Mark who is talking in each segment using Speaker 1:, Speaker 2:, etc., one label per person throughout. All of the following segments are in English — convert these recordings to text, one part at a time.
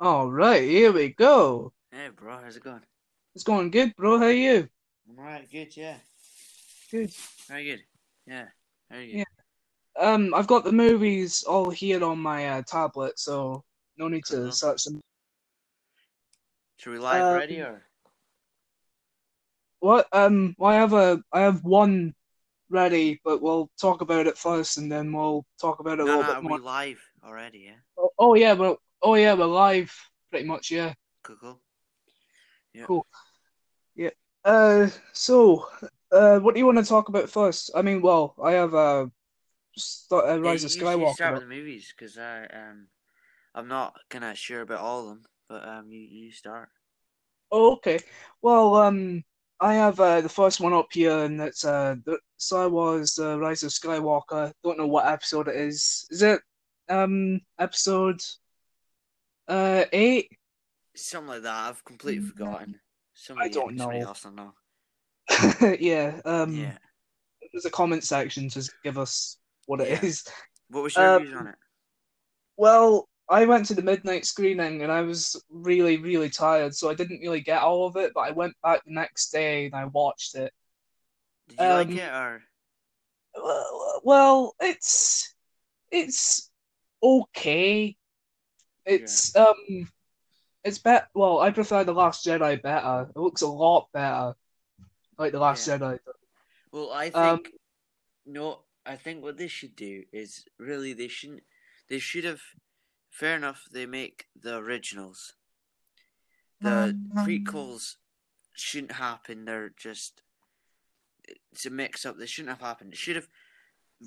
Speaker 1: All right, here we go.
Speaker 2: Hey, bro, how's it going?
Speaker 1: It's going good, bro. How you?
Speaker 2: I'm alright, good, yeah.
Speaker 1: Good.
Speaker 2: Very good. Yeah, very good.
Speaker 1: Yeah. Um, I've got the movies all here on my uh, tablet, so no need to
Speaker 2: Cool.
Speaker 1: search them.
Speaker 2: Should we live
Speaker 1: Um,
Speaker 2: ready or?
Speaker 1: What? Um, well, I have a, I have one ready, but we'll talk about it first, and then we'll talk about it a
Speaker 2: No,
Speaker 1: little
Speaker 2: no,
Speaker 1: bit
Speaker 2: are we
Speaker 1: more.
Speaker 2: live already, yeah?
Speaker 1: Oh, oh yeah, well, oh yeah, we're live, pretty much. Yeah,
Speaker 2: Cool, cool.
Speaker 1: cool. Yeah. Uh, so, uh, what do you want to talk about first? I mean, well, I have uh, st- uh,
Speaker 2: Yeah,
Speaker 1: Rise
Speaker 2: you,
Speaker 1: of
Speaker 2: you- you
Speaker 1: Skywalker.
Speaker 2: start with the movies, because I, um, I'm not kind of sure about all of them, but um, you, you start.
Speaker 1: Oh, okay. Well, um, I have uh, the first one up here, and it's uh, the Star Wars: The Rise of Skywalker. Don't know what episode it is. Is it um episode uh eight?
Speaker 2: Something like that, I've completely
Speaker 1: Mm,
Speaker 2: forgotten. Somebody,
Speaker 1: don't
Speaker 2: somebody
Speaker 1: know.
Speaker 2: else I know.
Speaker 1: yeah. Um,
Speaker 2: Yeah.
Speaker 1: there's a comment section. Just give us what it is.
Speaker 2: Yeah. What was your
Speaker 1: Uh,
Speaker 2: views on it?
Speaker 1: Well, I went to the midnight screening and I was really, really tired, so I didn't really get all of it. But I went back the next day and I watched it.
Speaker 2: Did you like
Speaker 1: um,
Speaker 2: it or?
Speaker 1: Well, well, it's it's okay. It's um, it's bet. Well, I prefer the Last Jedi better. It looks a lot better, like the Last
Speaker 2: Yeah.
Speaker 1: Jedi.
Speaker 2: Well, I think
Speaker 1: Um,
Speaker 2: no. I think what they should do is really they shouldn't. They should have. Fair enough. They make the originals. The
Speaker 1: Um,
Speaker 2: prequels shouldn't happen. They're just it's a mix up. They shouldn't have happened. It should have.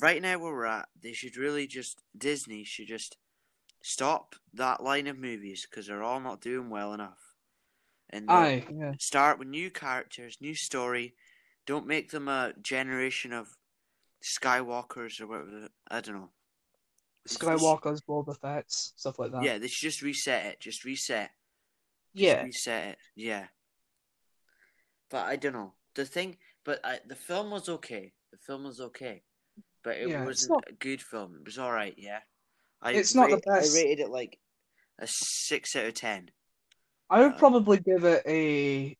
Speaker 2: Right now where we're at, they should really just Disney should just stop that line of movies because they're all not doing well enough, and they'll
Speaker 1: aye, yeah,
Speaker 2: start with new characters, new story. Don't make them a generation of Skywalkers or whatever. I don't know. It's, it's,
Speaker 1: Skywalker's Boba Fett's stuff like that.
Speaker 2: yeah, they should just reset it. Just reset. Just
Speaker 1: Yeah,
Speaker 2: reset it. Yeah. But I don't know. The thing, but I, the film was okay. The film was okay. But it
Speaker 1: yeah. It's
Speaker 2: wasn't
Speaker 1: not,
Speaker 2: a good film. It was alright, yeah. I,
Speaker 1: it's not the
Speaker 2: rate, I
Speaker 1: best.
Speaker 2: rated it like a 6 out of 10.
Speaker 1: I would
Speaker 2: Uh,
Speaker 1: probably give it a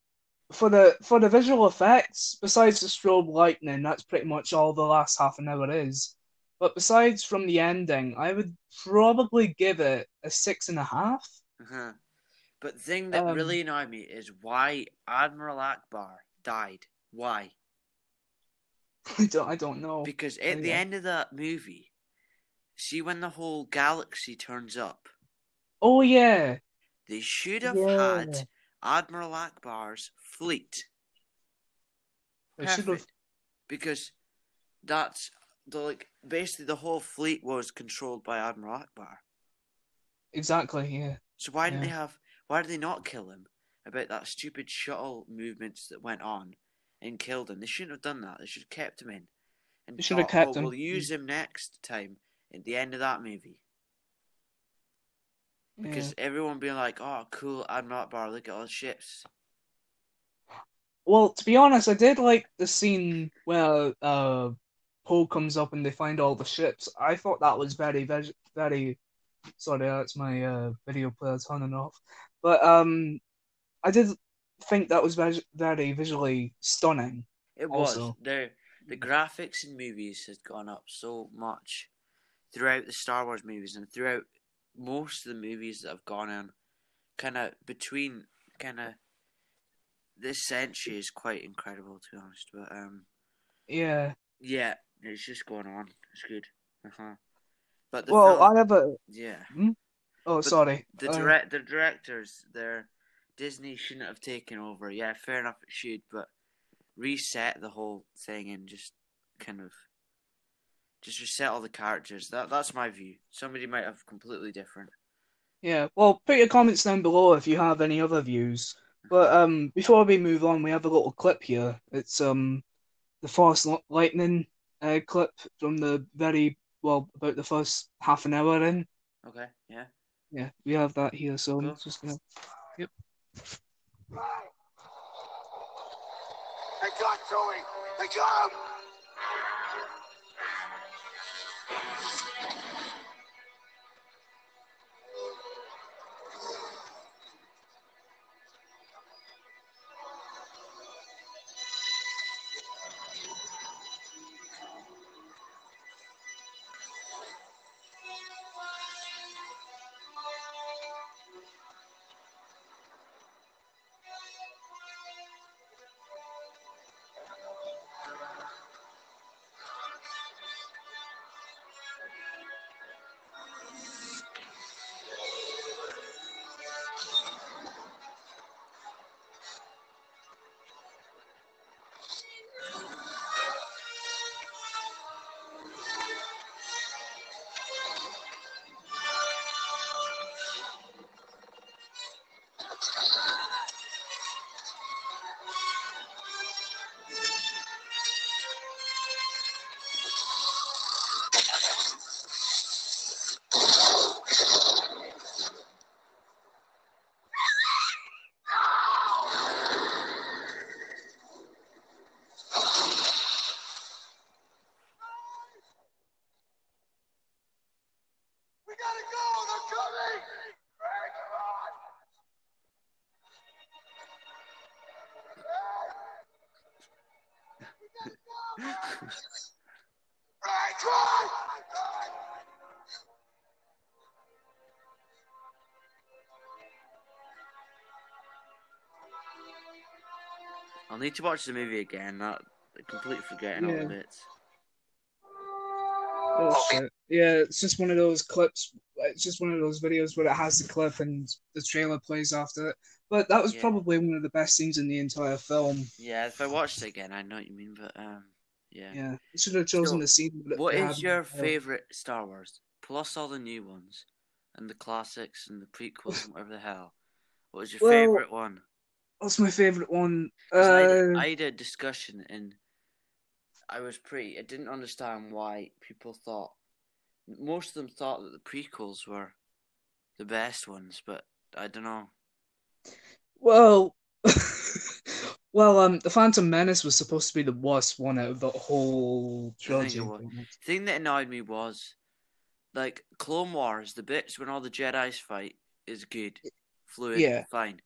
Speaker 1: for the for the visual effects. Besides the strobe lightning, that's pretty much all the last half an hour is. But besides from the ending, I would probably give it a six and a half.
Speaker 2: uh-huh. But the thing that
Speaker 1: Um,
Speaker 2: really annoyed me is why Admiral Akbar died. Why?
Speaker 1: I don't I don't know.
Speaker 2: Because
Speaker 1: I,
Speaker 2: at the
Speaker 1: I,
Speaker 2: end of that movie, see when the whole galaxy turns up,
Speaker 1: oh yeah,
Speaker 2: they should have had
Speaker 1: yeah.
Speaker 2: Admiral Akbar's fleet.
Speaker 1: They should have.
Speaker 2: Perfect. Because that's the like basically the whole fleet was controlled by Admiral Akbar.
Speaker 1: Exactly. Yeah.
Speaker 2: So why didn't they
Speaker 1: Yeah.
Speaker 2: have why did they not kill him about that stupid shuttle movements that went on and killed him? They shouldn't have done that. They should have kept him in
Speaker 1: They
Speaker 2: and
Speaker 1: should have
Speaker 2: thought, "Oh,
Speaker 1: kept
Speaker 2: well,
Speaker 1: him.
Speaker 2: we'll use him next time at the end of that movie.
Speaker 1: Yeah.
Speaker 2: Because everyone being like, oh, cool, Admiral Akbar, look at all the ships.
Speaker 1: Well, to be honest, I did like the scene where uh Poe comes up and they find all the ships. I thought that was very, very, very. Sorry, that's my uh, video player turning off. But um, I did think that was very, very visually stunning.
Speaker 2: It was.
Speaker 1: Also,
Speaker 2: The the graphics in movies has gone up so much throughout the Star Wars movies and throughout most of the movies that have gone on kind of between kind of this century is quite incredible to be honest but um
Speaker 1: yeah.
Speaker 2: yeah it's just going on it's good uh-huh but the
Speaker 1: Well, I
Speaker 2: film
Speaker 1: have a.
Speaker 2: yeah
Speaker 1: Hmm? Oh,
Speaker 2: but
Speaker 1: sorry.
Speaker 2: the
Speaker 1: Uh,
Speaker 2: direct the directors their Disney shouldn't have taken over yeah fair enough it should but reset the whole thing and just kind of just reset all the characters. That that's my view. Somebody might have completely different.
Speaker 1: yeah. Well, put your comments down below if you have any other views. But um, before we move on, we have a little clip here. It's um. the Force Li- Lightning uh, clip from the very well about the first half an hour in.
Speaker 2: Okay, yeah,
Speaker 1: Yeah, we have that here, so I'm
Speaker 2: cool.
Speaker 1: just gonna. Yep.
Speaker 3: They got Joey! They got him! They're coming! Hey, come on! Hey, come on!
Speaker 2: I'll need to watch the movie again. That completely forgetting all
Speaker 1: Yeah.
Speaker 2: the bits.
Speaker 1: Oh shit. Yeah, it's just one of those clips. It's just one of those videos where it has the clip and the trailer plays after it. But that was
Speaker 2: Yeah.
Speaker 1: probably one of the best scenes in the entire film.
Speaker 2: Yeah, if I watched it again, I know what you mean. But um, yeah.
Speaker 1: Yeah, you should have chosen
Speaker 2: So,
Speaker 1: the scene. that
Speaker 2: What is
Speaker 1: had-
Speaker 2: your favorite Star Wars? Plus all the new ones and the classics and the prequels and whatever the hell. What was your
Speaker 1: Well,
Speaker 2: favorite one?
Speaker 1: What's my favorite one?
Speaker 2: 'Cause I, had,
Speaker 1: Uh,
Speaker 2: I had a discussion and I was pretty. I didn't understand why people thought. Most of them thought that the prequels were the best ones, but I don't know.
Speaker 1: Well, well, um, the Phantom Menace was supposed to be the worst one out of the whole
Speaker 2: think it
Speaker 1: trilogy.
Speaker 2: was. thing that annoyed me was like Clone Wars, the bits when all the Jedi's fight is good, fluid,
Speaker 1: Yeah.
Speaker 2: fine.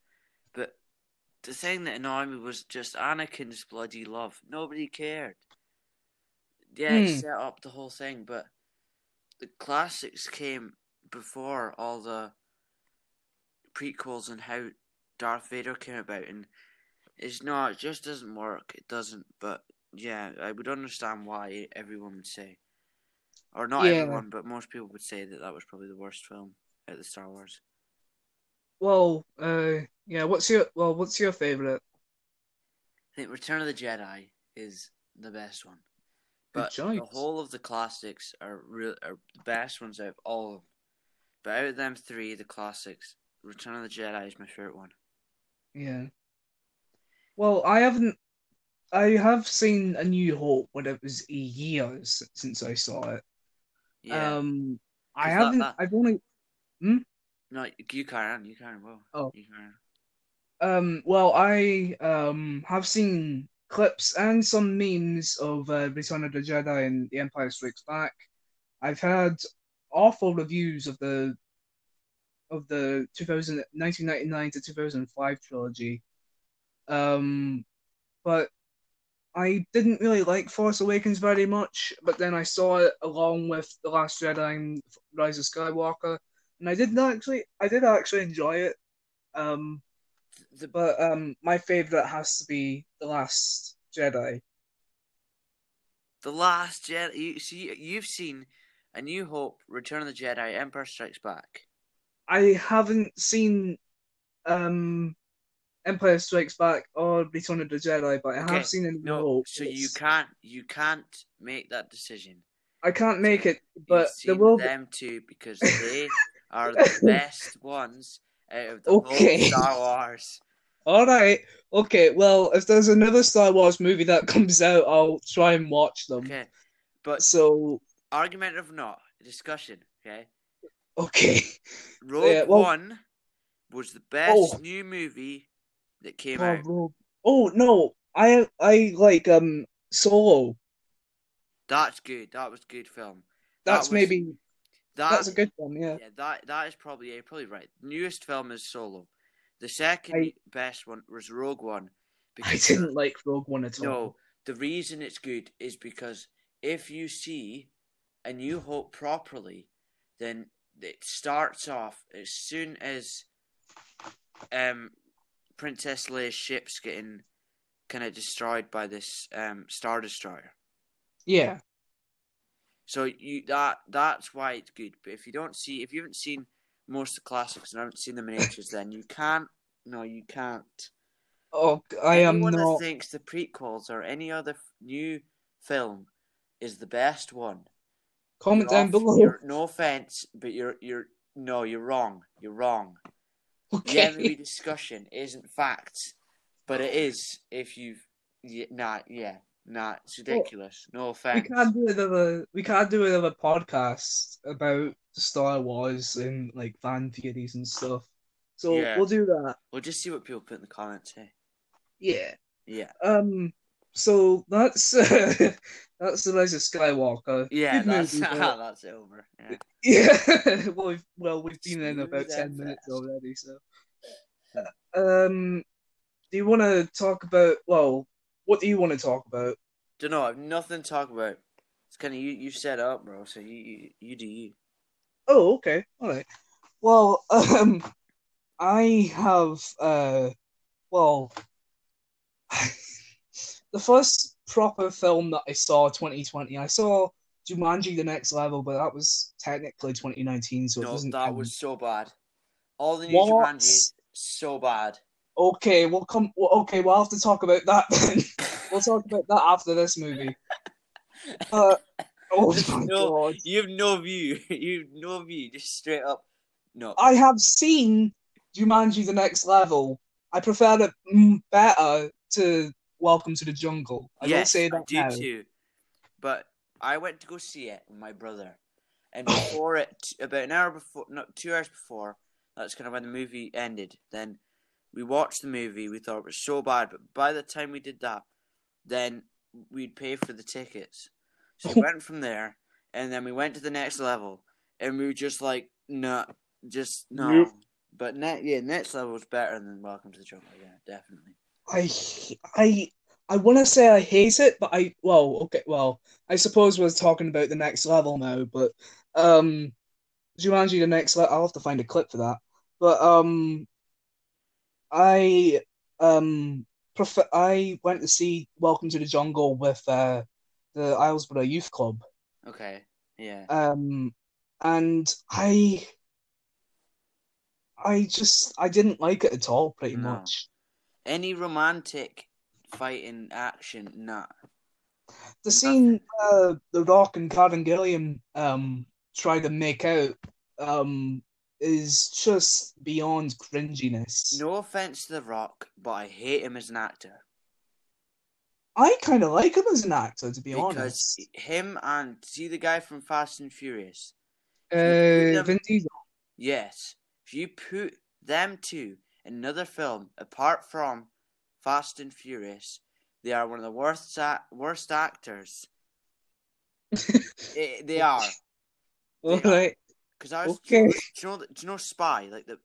Speaker 2: But the thing that annoyed me was just Anakin's bloody love. Nobody cared. Yeah, it
Speaker 1: Hmm.
Speaker 2: set up the whole thing, but the classics came before all the prequels and how Darth Vader came about, and it's not. It just doesn't work. It doesn't. But yeah, I would understand why everyone would say, or not
Speaker 1: Yeah.
Speaker 2: everyone, but most people would say that that was probably the worst film out of the Star Wars.
Speaker 1: Well, uh, yeah. What's your well? What's your favorite?
Speaker 2: I think Return of the Jedi is the best one, but the
Speaker 1: choice.
Speaker 2: whole of the classics are real are the best ones out of all of them. But out of them three, the classics, Return of the Jedi is my favorite one.
Speaker 1: Yeah. Well, I haven't. I have seen A New Hope, but it was years since I saw it.
Speaker 2: Yeah,
Speaker 1: Um, I
Speaker 2: Is that
Speaker 1: haven't.
Speaker 2: that-
Speaker 1: I've only.
Speaker 2: no, you carry on, you carry on. Well,
Speaker 1: Oh.
Speaker 2: you carry on.
Speaker 1: Um, well, I um have seen clips and some memes of uh, Return of the Jedi and The Empire Strikes Back. I've had awful reviews of the of the 2000, 1999 to 2005 trilogy. Um, but I didn't really like Force Awakens very much, but then I saw it along with The Last Jedi and Rise of Skywalker, and I did actually I did actually enjoy it. Um,
Speaker 2: The
Speaker 1: but um, my favorite has to be the Last Jedi.
Speaker 2: The Last Jedi. You see, you've seen A New Hope, Return of the Jedi, Empire Strikes Back.
Speaker 1: I haven't seen um, Empire Strikes Back or Return of the Jedi, but I have
Speaker 2: Okay,
Speaker 1: seen it.
Speaker 2: No, so you can't you can't make that decision.
Speaker 1: I can't make it,
Speaker 2: But
Speaker 1: but
Speaker 2: you've seen
Speaker 1: there will. Be...
Speaker 2: them two because they are the best ones out of the
Speaker 1: Okay. Um,
Speaker 2: whole Star Wars.
Speaker 1: All right, okay. Well, if there's another Star Wars movie that comes out, I'll try and watch them.
Speaker 2: Okay, but
Speaker 1: So
Speaker 2: argument of not discussion. Okay,
Speaker 1: okay,
Speaker 2: Rogue
Speaker 1: well-
Speaker 2: One was the best
Speaker 1: Oh.
Speaker 2: new movie that came
Speaker 1: oh,
Speaker 2: out.
Speaker 1: Rogue- oh no, I I like um Solo.
Speaker 2: That's good. That was good film. That
Speaker 1: That's
Speaker 2: was-
Speaker 1: maybe
Speaker 2: That,
Speaker 1: that's a good one. Yeah.
Speaker 2: Yeah, that that is probably you're probably right. newest film is Solo. The second
Speaker 1: I-
Speaker 2: best one was Rogue One.
Speaker 1: I didn't like Rogue One at all.
Speaker 2: No, the reason it's good is because if you see A New Hope properly, then it starts off as soon as um Princess Leia's ship's getting kind of destroyed by this um Star Destroyer.
Speaker 1: Yeah.
Speaker 2: So you that that's why it's good. But if you don't see, if you haven't seen most of the classics and haven't seen the miniatures, then you can't. No, you can't.
Speaker 1: Oh, I am
Speaker 2: Anyone
Speaker 1: not.
Speaker 2: that thinks the prequels or any other f- new film is the best one.
Speaker 1: Comment
Speaker 2: you're
Speaker 1: down
Speaker 2: off-
Speaker 1: below.
Speaker 2: you're- no offense, but you're you're no, you're wrong. You're wrong. Yeah,
Speaker 1: Okay.
Speaker 2: movie discussion isn't facts, but it is if you've. Yeah, nah, yeah, nah. It's ridiculous. No
Speaker 1: we
Speaker 2: offense.
Speaker 1: can't do another. We can't do another podcast about Star Wars and like fan theories and stuff. So
Speaker 2: Yeah.
Speaker 1: we'll do that.
Speaker 2: We'll just see what people put in the comments here.
Speaker 1: Yeah.
Speaker 2: Yeah.
Speaker 1: Um. so that's uh, that's the Rise of Skywalker.
Speaker 2: Yeah,
Speaker 1: Good
Speaker 2: that's
Speaker 1: movie, but-
Speaker 2: that's over. Yeah.
Speaker 1: Yeah, well, we've, well, we've been in
Speaker 2: Smooth
Speaker 1: about
Speaker 2: and
Speaker 1: ten minutes
Speaker 2: fast.
Speaker 1: already. So, um, do you want to talk about? Well, what do you want to talk about?
Speaker 2: Don't know. I've nothing to talk about. It's kind of you. You set up, bro. So you you, you do you.
Speaker 1: Oh, okay, all right. Well, um, I have uh, well, the first proper film that I saw 2020. I saw Jumanji: The Next Level, but that was technically 2019, so it um,
Speaker 2: No,
Speaker 1: doesn't.
Speaker 2: that
Speaker 1: count.
Speaker 2: was so bad. All the new
Speaker 1: What?
Speaker 2: Jumanji is so bad.
Speaker 1: Okay, we'll come. well, Okay, we'll have to talk about that then. We'll talk about that after this movie. Uh, oh my
Speaker 2: No.
Speaker 1: god!
Speaker 2: You have no view. You have no view. Just straight up. No.
Speaker 1: I have seen Jumanji: The Next Level. I prefer it mm, better to Welcome to the Jungle. I will
Speaker 2: yes,
Speaker 1: say that
Speaker 2: I do
Speaker 1: now.
Speaker 2: too. But I went to go see it with my brother, and before it, about an hour before, not two hours before, that's kind of when the movie ended. Then we watched the movie. We thought it was so bad, but by the time we did that, then we'd pay for the tickets. So we went from there, and then we went to the next level, and we were just like, no, just no.
Speaker 1: Nope.
Speaker 2: But net, yeah, next level was better than Welcome to the Jungle. Yeah, definitely.
Speaker 1: I, I, I want to say I hate it, but I well, okay, well, I suppose we're talking about the next level now, but um, Jumanji the next level. I'll have to find a clip for that, but um, I um prefer I went to see Welcome to the Jungle with uh the Islesborough Youth Club,
Speaker 2: Okay. Yeah.
Speaker 1: um, and I, I just I didn't like it at all, pretty
Speaker 2: No.
Speaker 1: much.
Speaker 2: any romantic fighting action, nah.
Speaker 1: the
Speaker 2: Nothing.
Speaker 1: scene uh, the Rock and Karen Gilliam um try to make out um is just beyond cringiness.
Speaker 2: No offense to The Rock, but I hate him as an actor
Speaker 1: I kind of like him as an actor, to be
Speaker 2: because
Speaker 1: honest.
Speaker 2: him and see the guy from Fast and Furious.
Speaker 1: Uh, Vin Diesel.
Speaker 2: Yes, if you put them two in another film apart from Fast and Furious, they are one of the worst a- worst actors. Eh, they are
Speaker 1: All right.
Speaker 2: because I was.
Speaker 1: Okay.
Speaker 2: Do you know? Do you know Spy? Like the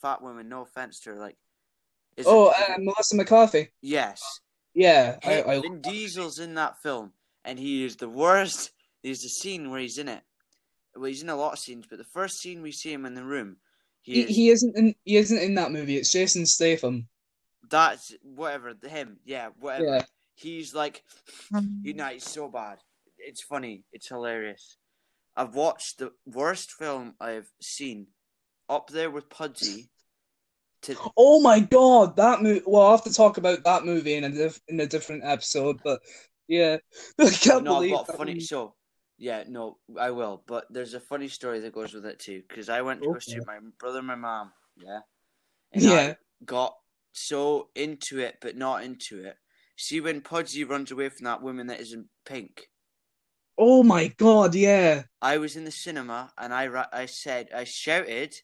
Speaker 2: fat woman. No offense to her. Like. Is
Speaker 1: Oh,
Speaker 2: it-
Speaker 1: uh, Melissa McCarthy.
Speaker 2: yes.
Speaker 1: Yeah, I,
Speaker 2: Hey,
Speaker 1: I
Speaker 2: Vin Diesel's in that film, and he is the worst. There's a scene where he's in it. Well, he's in a lot of scenes, but the first scene we see him in the room,
Speaker 1: he,
Speaker 2: he, is,
Speaker 1: he isn't in he isn't in that movie. It's Jason Statham.
Speaker 2: that's whatever him, yeah, whatever.
Speaker 1: Yeah.
Speaker 2: He's like, you know, it's so bad. It's funny. It's hilarious. I've watched the worst film I've seen, up there with Pudgy. To
Speaker 1: Oh my god, that movie. Well, I'll have to talk about that movie in a diff- in a different episode, but yeah, I can't
Speaker 2: no, I've
Speaker 1: believe
Speaker 2: got
Speaker 1: that
Speaker 2: a funny.
Speaker 1: movie-
Speaker 2: So, yeah, no, I will. But there's a funny story that goes with it too. Because I went to go see
Speaker 1: Okay.
Speaker 2: my brother, and my mom. Yeah. And
Speaker 1: Yeah.
Speaker 2: I got so into it, but not into it. See when Pudgy runs away from that woman that is in pink.
Speaker 1: Oh my god, yeah.
Speaker 2: I was in the cinema and I ra- I said I shouted,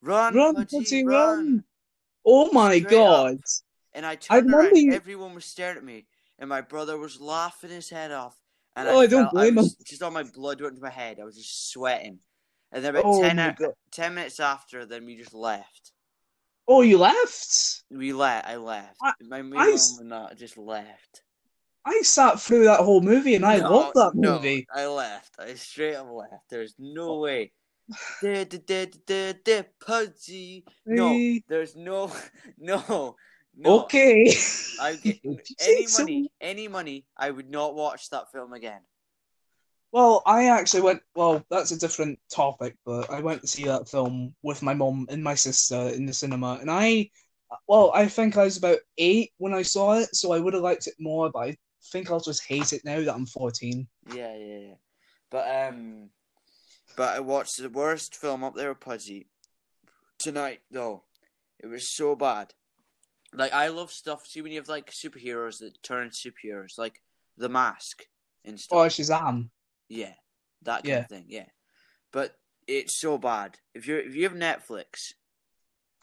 Speaker 2: "Run,
Speaker 1: Run,
Speaker 2: Pudgy,
Speaker 1: Pudgy,
Speaker 2: run.
Speaker 1: run. Oh my
Speaker 2: Straight up.
Speaker 1: god.
Speaker 2: And I turned around,
Speaker 1: remember you-
Speaker 2: everyone was staring at me, and my brother was laughing his head off. And
Speaker 1: Oh, I don't
Speaker 2: felt-
Speaker 1: blame
Speaker 2: was, Just all my blood went to my head. I was just sweating. And then about
Speaker 1: Oh
Speaker 2: 10,
Speaker 1: my
Speaker 2: hou-
Speaker 1: god.
Speaker 2: 10 minutes after, then we just left.
Speaker 1: Oh, you left?
Speaker 2: We left. I left.
Speaker 1: I-
Speaker 2: my mum
Speaker 1: I
Speaker 2: and
Speaker 1: s-
Speaker 2: not just left.
Speaker 1: I sat through that whole movie and I
Speaker 2: No,
Speaker 1: loved that
Speaker 2: no,
Speaker 1: movie. Oh.
Speaker 2: I left. I straight up left. There's no way. Da, da, da, da, da, Pudgy. No,
Speaker 1: Eh,
Speaker 2: there's no, no, no.
Speaker 1: Okay.
Speaker 2: I get any
Speaker 1: Say so.
Speaker 2: money, any money, I would not watch that film again.
Speaker 1: Well, I actually went. Well, that's a different topic, but I went to see that film with my mom and my sister in the cinema, and I, well, I think I was about eight when I saw it, so I would have liked it more, but I think I'll just hate it now that I'm 14.
Speaker 2: Yeah, yeah, yeah. But um, but I watched the worst film up there, with Pudgy, tonight though. It was so bad. Like I love stuff. See when you have like superheroes that turn into superheroes, like The Mask and stuff.
Speaker 1: Oh, Shazam.
Speaker 2: yeah, that kind
Speaker 1: Yeah.
Speaker 2: of thing. Yeah, but it's so bad. If you are if you have Netflix,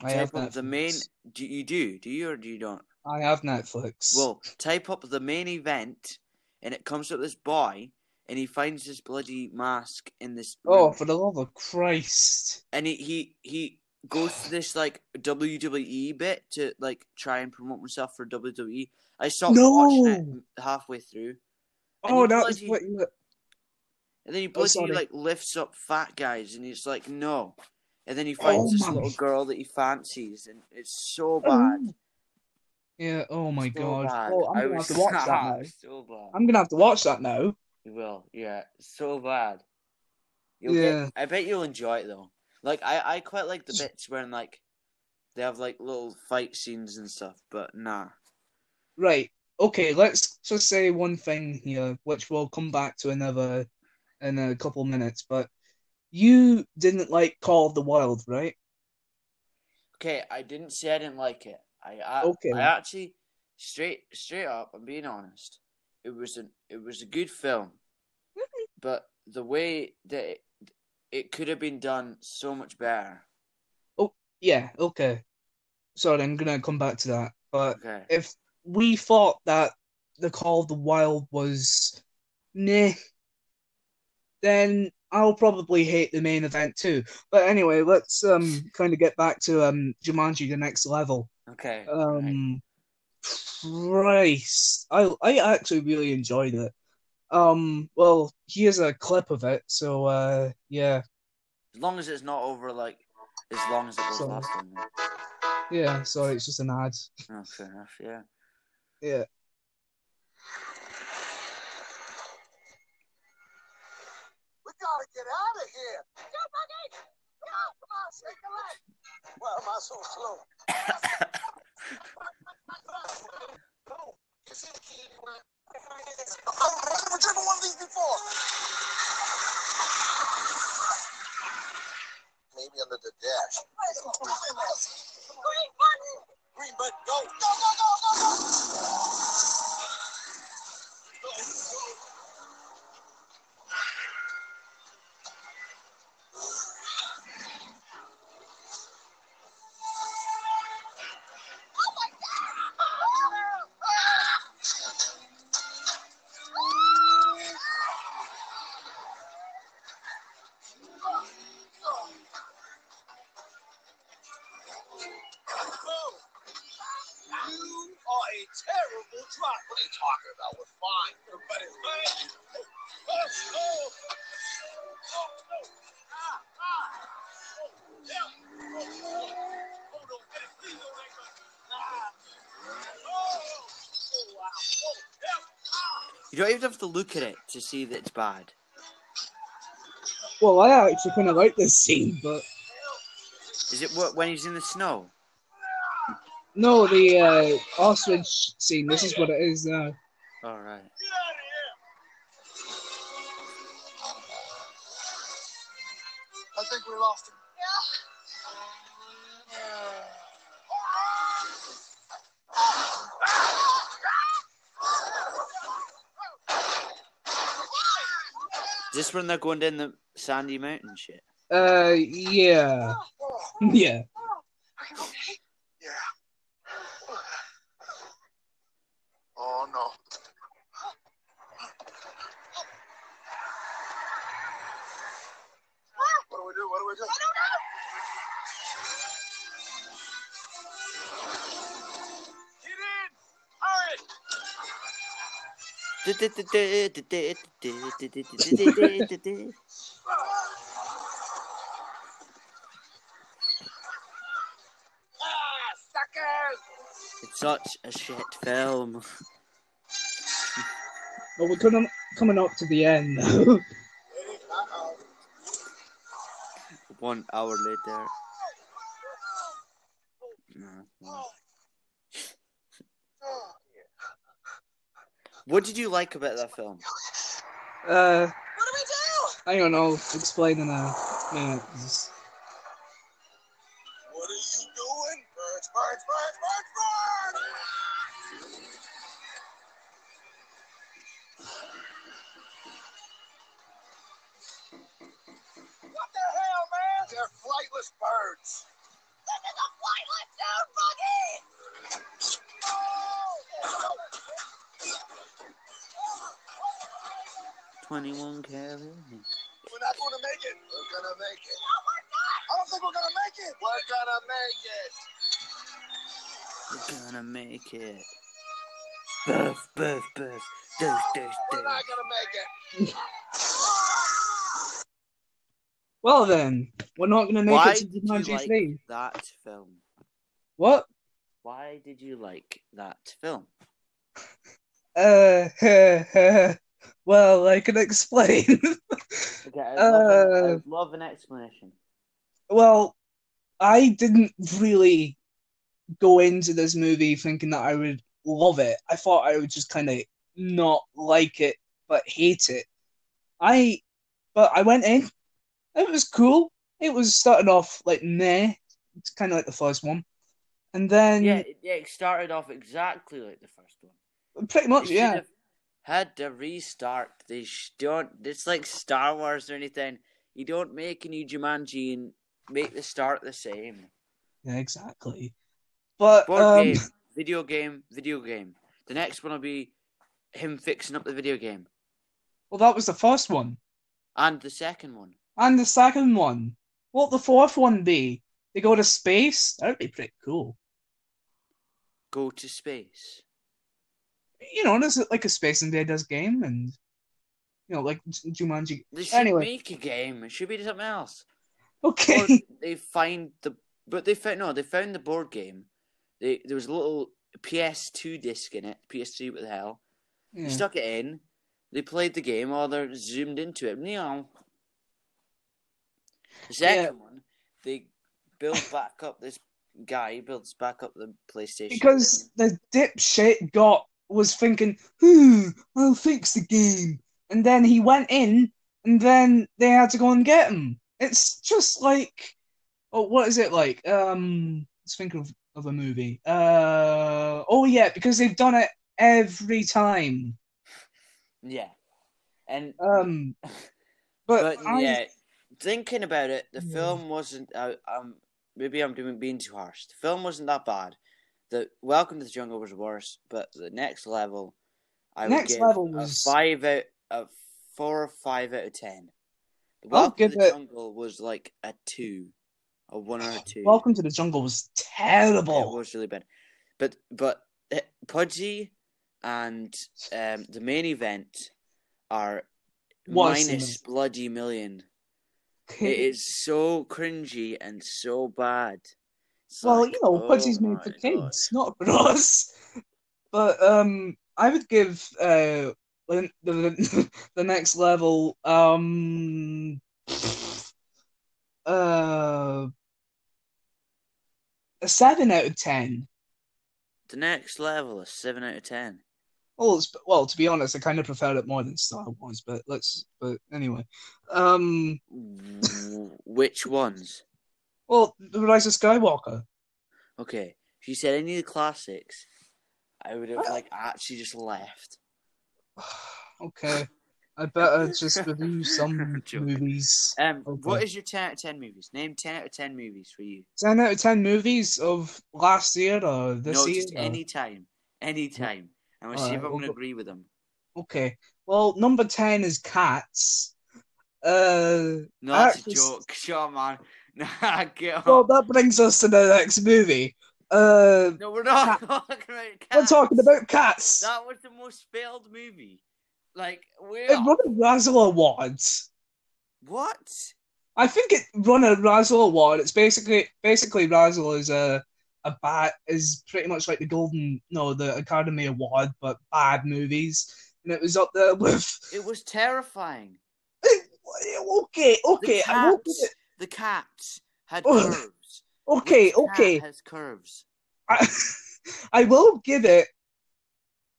Speaker 1: I
Speaker 2: type
Speaker 1: have
Speaker 2: up
Speaker 1: that.
Speaker 2: the main. Do you do? Do you or do you don't?
Speaker 1: I have Netflix.
Speaker 2: Well, type up the main event, and it comes up this boy, and he finds this bloody mask in this.
Speaker 1: oh,
Speaker 2: room.
Speaker 1: for the love of Christ!
Speaker 2: and he he he goes to this like WWE bit to like try and promote himself for WWE. I stopped watching it halfway through, And
Speaker 1: Oh,
Speaker 2: he
Speaker 1: that was
Speaker 2: bloody-
Speaker 1: what you.
Speaker 2: and then he
Speaker 1: Oh,
Speaker 2: bloody
Speaker 1: sorry.
Speaker 2: like lifts up fat guys, and he's like, no. And then he
Speaker 1: Oh,
Speaker 2: finds this
Speaker 1: my-
Speaker 2: little girl that he fancies, and it's so bad.
Speaker 1: Oh. Yeah. Oh my
Speaker 2: so
Speaker 1: god.
Speaker 2: Bad.
Speaker 1: Well, I'm
Speaker 2: I
Speaker 1: gonna have
Speaker 2: was
Speaker 1: to watch that now.
Speaker 2: so bad.
Speaker 1: I'm gonna have to watch that now.
Speaker 2: You will, yeah. So bad. You'll
Speaker 1: Yeah.
Speaker 2: get, I bet you'll enjoy it though. Like I, I quite like the bits where like they have like little fight scenes and stuff, but nah.
Speaker 1: Right. Okay. Let's just say one thing here, which we'll come back to another in a couple minutes. But you didn't like Call of the Wild, right?
Speaker 2: Okay, I didn't say I didn't like it. I, I
Speaker 1: Okay.
Speaker 2: I actually straight straight up, I'm being honest. It was an it was a good film. but the way that it, it could have been done so much better.
Speaker 1: Yeah. Okay. Sorry, I'm gonna come back to that. But
Speaker 2: Okay.
Speaker 1: if we thought that the Call of the Wild was meh, then I'll probably hate the main event too. But anyway, let's um kind of get back to um Jumanji: The Next Level.
Speaker 2: Okay. right.
Speaker 1: Um, Christ, I I actually really enjoyed it. Um, well, here's a clip of it. So uh, yeah,
Speaker 2: As long as it's not over like as long as it was
Speaker 1: Sorry.
Speaker 2: last one. then.
Speaker 1: yeah. Sorry, it's just an ad.
Speaker 2: Oh, fair enough, yeah.
Speaker 1: Yeah.
Speaker 3: We gotta get out of here. Go, Buggy! Go! Come on, shake a leg! Why am I so slow? No. You see the kid went- I've never driven one of these before. Maybe under the dash. Green button! Green button, go! Go, go, go, go, Oh, go! Bo, you are a terrible driver. What are you talking about? We're fine. Everybody's fine. Oh, oh, oh, oh, no. Ah, ah. Oh, help. Oh, oh, oh, no. Get it. Please don't make me- Ah. Oh, oh, wow. Oh, help. Ah.
Speaker 2: You don't even have to look at it to see that it's bad.
Speaker 1: Well, I actually kind of like this scene, but
Speaker 2: Is it wh- when he's in the snow?
Speaker 1: no, the uh, ostrich scene. This is what it is now.
Speaker 2: All right.
Speaker 3: Get out of here. I think we lost him.
Speaker 2: Is this when they're going down the sandy mountain shit?
Speaker 1: Uh, yeah, yeah.
Speaker 3: Yeah. Oh no. What do we do? What do we do? I don't know. Get in! Hurry!
Speaker 2: That's
Speaker 3: Ah, suckers!
Speaker 2: such a shit film.
Speaker 1: But we're coming coming up to the end. now.
Speaker 3: Uh-oh.
Speaker 2: One hour later. No, no. What did you like about that film?
Speaker 1: uh,
Speaker 3: What do we do?
Speaker 1: I don't know. Explain in a minute. Just-
Speaker 3: What are you doing? Birds, birds, birds, birds, birds! What the hell, man? They're flightless birds. This is a flightless dude, Buggy! Oh!
Speaker 2: 21 Kelly.
Speaker 3: We're not going to make it. We're going to make it. No, we're not. I don't think we're going to make it. We're going to make it.
Speaker 2: We're gonna make it. Boof, boof, boof. Doof, doof,
Speaker 3: We're
Speaker 2: doof.
Speaker 3: not going to make it. Ah!
Speaker 1: Well then, we're not gonna make
Speaker 2: Why
Speaker 1: it to
Speaker 2: did you
Speaker 1: Jumanji
Speaker 2: like
Speaker 1: three.
Speaker 2: that film?
Speaker 1: What?
Speaker 2: Why did you like that film?
Speaker 1: Uh, well, I can explain.
Speaker 2: Okay, I'd, love, an,
Speaker 1: Uh.
Speaker 2: I'd love an explanation.
Speaker 1: Well, I didn't really go into this movie thinking that I would love it. I thought I would just kind of not like it, but hate it. I, but I went in. It was cool. It was starting off like meh. It's kind of like the first one, and then
Speaker 2: Yeah, it, yeah, it started off exactly like the first one.
Speaker 1: pretty
Speaker 2: They
Speaker 1: much
Speaker 2: should
Speaker 1: Oh, yeah.
Speaker 2: have Had to restart. They sh- don't. It's like Star Wars or anything. You don't make a new Jumanji and make the start the same.
Speaker 1: Yeah, exactly. But
Speaker 2: Board
Speaker 1: um,
Speaker 2: game, video game, video game. The next one will be him fixing up the video game,
Speaker 1: well, that was the first one,
Speaker 2: and the second one.
Speaker 1: and the second one. What the fourth one be? They go to space. That'd be pretty cool.
Speaker 2: Go to space.
Speaker 1: You know, there's like a Space Invaders game, and you know, like J- Jumanji.
Speaker 2: They should
Speaker 1: Anyway,
Speaker 2: make a game. It should be something else. Or
Speaker 1: okay.
Speaker 2: they find the, but they found no. They found the board game. They there was a little PS2 disc in it. PS3, what the hell? They
Speaker 1: Yeah.
Speaker 2: stuck it in. They played the game, or they're zoomed into it. Meow. The second one, they build back up this guy builds back up the PlayStation
Speaker 1: Because the dipshit got was thinking, "Hmm, I'll fix the game," and then he went in, and then they had to go and get him. It's just like, oh, what is it like? Um, let's think of of a movie. Uh, oh yeah, because they've done it every time.
Speaker 2: Yeah, and
Speaker 1: Um, but,
Speaker 2: but
Speaker 1: I-
Speaker 2: yeah, thinking about it, the
Speaker 1: Yeah.
Speaker 2: film wasn't. Uh, um, maybe I'm doing being too harsh. The film wasn't that bad. The Welcome to the Jungle was worse, but the next level, I
Speaker 1: Next
Speaker 2: would give
Speaker 1: Level
Speaker 2: a
Speaker 1: was-
Speaker 2: five out a four or five out of ten. The
Speaker 1: I'll
Speaker 2: Welcome to
Speaker 1: give
Speaker 2: the
Speaker 1: it-
Speaker 2: Jungle was like a two, a one or a two.
Speaker 1: Welcome to the Jungle was terrible.
Speaker 2: It was really bad. But but uh, Pudgy and um, the main event are
Speaker 1: Was the
Speaker 2: minus bloody million. It is so cringy and so bad. It's
Speaker 1: Well,
Speaker 2: like,
Speaker 1: you know,
Speaker 2: oh
Speaker 1: budgies made for
Speaker 2: my God.
Speaker 1: kids, not for us. But um, I would give uh the the, the next level um uh a seven out of ten.
Speaker 2: The next level is seven out of ten.
Speaker 1: Well, it's, well, to be honest, I kind of preferred it more than Star Wars, but let's. But anyway, um,
Speaker 2: W- Which ones?
Speaker 1: well, The Rise of Skywalker.
Speaker 2: Okay, if you said any of the classics, I would have
Speaker 1: Oh.
Speaker 2: like actually just left.
Speaker 1: okay, I better just review some
Speaker 2: Joke.
Speaker 1: movies.
Speaker 2: Um,
Speaker 1: Okay.
Speaker 2: what is your ten out of ten movies? Name ten out of ten movies for you.
Speaker 1: 10 out of 10 movies of last year or this
Speaker 2: no,
Speaker 1: year?
Speaker 2: just
Speaker 1: or-
Speaker 2: any time, any time, and we'll see
Speaker 1: Alright,
Speaker 2: if I'm
Speaker 1: we'll
Speaker 2: gonna
Speaker 1: go-
Speaker 2: agree with them.
Speaker 1: Okay. Well, number 10 is Cats. Uh,
Speaker 2: No,
Speaker 1: I
Speaker 2: that's
Speaker 1: actually
Speaker 2: a
Speaker 1: s-
Speaker 2: joke. Sure, man. Nah, get off.
Speaker 1: well, that brings us to the next movie. Uh,
Speaker 2: no, we're not talking about.
Speaker 1: we're
Speaker 2: Cats.
Speaker 1: talking about Cats.
Speaker 2: That was the most failed movie. Like, where?
Speaker 1: It won a Razzle Award.
Speaker 2: What?
Speaker 1: I think it won a Razzle Award. It's basically basically Razzle is a a bad is pretty much like the Golden no the Academy Award but bad movies and it was up there with
Speaker 2: It was terrifying.
Speaker 1: okay
Speaker 2: The
Speaker 1: okay I won't give
Speaker 2: cats.
Speaker 1: it
Speaker 2: The cats had
Speaker 1: Ugh.
Speaker 2: curves.
Speaker 1: Okay,
Speaker 2: Which cat
Speaker 1: okay.
Speaker 2: Has curves.
Speaker 1: I, I will give it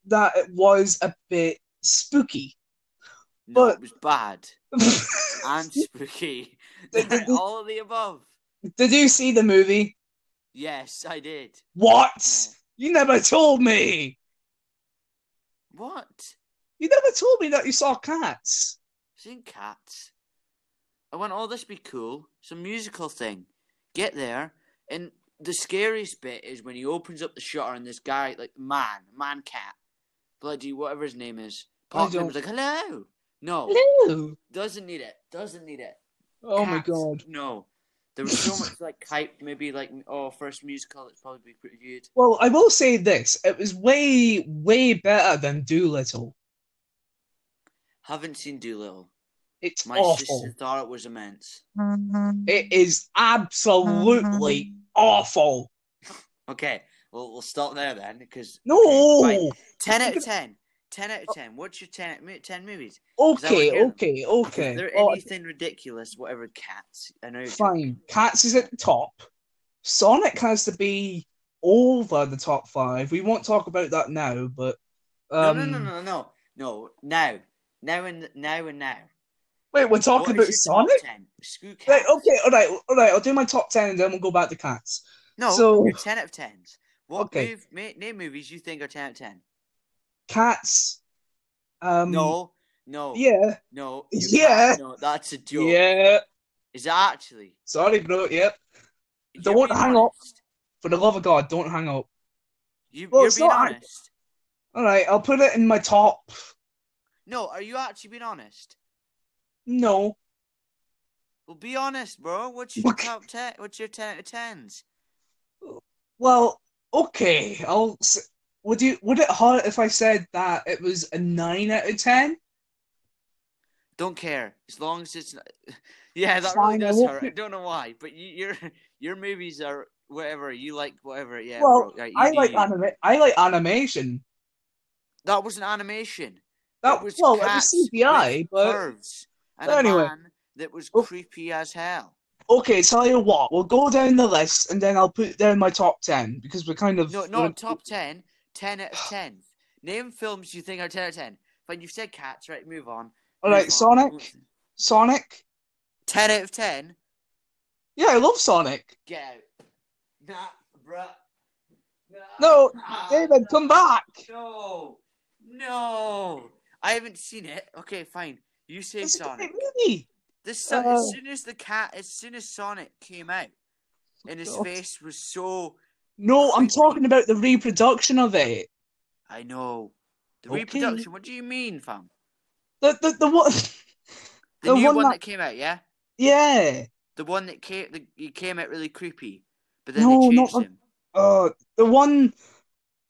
Speaker 1: that it was a bit spooky.
Speaker 2: No,
Speaker 1: But-
Speaker 2: it was bad and spooky.
Speaker 1: Did- did- did-
Speaker 2: All of the above.
Speaker 1: Did you see the movie?
Speaker 2: Yes, I did.
Speaker 1: What?
Speaker 2: No.
Speaker 1: You never told me.
Speaker 2: What?
Speaker 1: You never told me that you saw cats.
Speaker 2: Seen cats. I want all this to be cool. It's a musical thing. Get there, and the scariest bit is when he opens up the shutter and this guy, like man, man cat, bloody whatever his name is,
Speaker 1: I
Speaker 2: pops in
Speaker 1: don't-
Speaker 2: and was like, "Hello, No,
Speaker 1: No.
Speaker 2: doesn't need it. Doesn't need it.
Speaker 1: Oh my
Speaker 2: Cats,
Speaker 1: god.
Speaker 2: No, there was so much like hype. Maybe like oh, first musical. It's probably be pretty good.
Speaker 1: Well, I will say this: it was way, way better than Doolittle.
Speaker 2: Haven't seen Doolittle.
Speaker 1: It's
Speaker 2: My
Speaker 1: awful.
Speaker 2: sister thought it was immense.
Speaker 3: Mm-hmm.
Speaker 1: It is absolutely
Speaker 2: Mm-hmm.
Speaker 1: awful.
Speaker 2: Okay, well we'll stop there then because
Speaker 1: No.
Speaker 2: Right. ten out of ten. 10
Speaker 1: Oh.
Speaker 2: out of 10. What's your 10, mo- 10 movies?
Speaker 1: Okay,
Speaker 2: hear them.
Speaker 1: okay,
Speaker 2: Is
Speaker 1: okay.
Speaker 2: there
Speaker 1: Oh,
Speaker 2: anything ridiculous? Whatever cats. I know. you're
Speaker 1: fine. Cats is at the top. Sonic has to be over the top five. We won't talk about that now, but
Speaker 2: No,
Speaker 1: um,
Speaker 2: no, no, no, no, no. Now, now, and now, and now.
Speaker 1: wait, we're talking
Speaker 2: What
Speaker 1: about
Speaker 2: is your top
Speaker 1: Sonic.
Speaker 2: 10? Screw
Speaker 1: Right, oh,
Speaker 2: cats.
Speaker 1: okay, all right, all right. I'll do my top ten, and then we'll go back to cats.
Speaker 2: No,
Speaker 1: so-
Speaker 2: you're ten out of tens. What
Speaker 1: Okay.
Speaker 2: move, ma- name movies you think are ten out of ten?
Speaker 1: Cats. Um,
Speaker 2: no, no,
Speaker 1: Yeah.
Speaker 2: no, you
Speaker 1: Yeah.
Speaker 2: can't- No, that's a joke.
Speaker 1: Yeah.
Speaker 2: Is that actually?
Speaker 1: Sorry, bro. Yep.
Speaker 2: You're
Speaker 1: Don't
Speaker 2: being
Speaker 1: hang up.
Speaker 2: honest.
Speaker 1: For the love of God, don't hang up.
Speaker 2: You,
Speaker 1: Well,
Speaker 2: you're
Speaker 1: it's
Speaker 2: being
Speaker 1: not-
Speaker 2: honest.
Speaker 1: All right, I'll put it in my top.
Speaker 2: No, are you actually being honest?
Speaker 1: No.
Speaker 2: Well, be honest, bro. What's your
Speaker 1: Okay.
Speaker 2: top ten? What's your ten out of tens?
Speaker 1: Well, okay. I'll. s- Would you? Would it hurt if I said that it was a nine out of ten?
Speaker 2: Don't care. As long as it's, not... yeah, that
Speaker 1: Fine, I
Speaker 2: really does
Speaker 1: won't
Speaker 2: hurt. I don't know why, but you, your your movies are whatever you like, whatever. Yeah,
Speaker 1: Well,
Speaker 2: bro. Right, you
Speaker 1: I
Speaker 2: do
Speaker 1: like
Speaker 2: you.
Speaker 1: anima- I like animation.
Speaker 2: That was an animation.
Speaker 1: That
Speaker 2: It
Speaker 1: was
Speaker 2: was
Speaker 1: well, it was
Speaker 2: cats
Speaker 1: CGI, but
Speaker 2: curves and
Speaker 1: Anyway.
Speaker 2: a man that was
Speaker 1: Oh.
Speaker 2: creepy as hell.
Speaker 1: okay. Tell you what, we'll go down the list and then I'll put down my top ten because we're kind of
Speaker 2: No, not top 10, 10 out of 10. Name films you think are 10 out of 10. But you've said cats, right? Move on.
Speaker 1: All right,
Speaker 2: move on.
Speaker 1: Sonic. Sonic.
Speaker 2: 10 out of 10.
Speaker 1: Yeah, I love Sonic.
Speaker 2: Get out. Nah, bruh.
Speaker 1: No,
Speaker 2: Nah,
Speaker 1: David, come back.
Speaker 2: No, no. I haven't seen it. Okay, fine. You say
Speaker 1: It's a
Speaker 2: Sonic.
Speaker 1: great movie.
Speaker 2: The son,
Speaker 1: Oh.
Speaker 2: as soon as the cat, as soon as Sonic came out, and his
Speaker 1: Oh.
Speaker 2: face was so.
Speaker 1: No, I'm talking about the reproduction of it.
Speaker 2: I know. The
Speaker 1: Okay.
Speaker 2: reproduction. What do you mean, fam?
Speaker 1: The the the what?
Speaker 2: The,
Speaker 1: The
Speaker 2: new
Speaker 1: one
Speaker 2: one,
Speaker 1: that-
Speaker 2: that... came out, yeah.
Speaker 1: Yeah.
Speaker 2: The one that came, the, he came out really creepy, but then
Speaker 1: No,
Speaker 2: they
Speaker 1: not
Speaker 2: changed
Speaker 1: the-
Speaker 2: him.
Speaker 1: Uh, the one.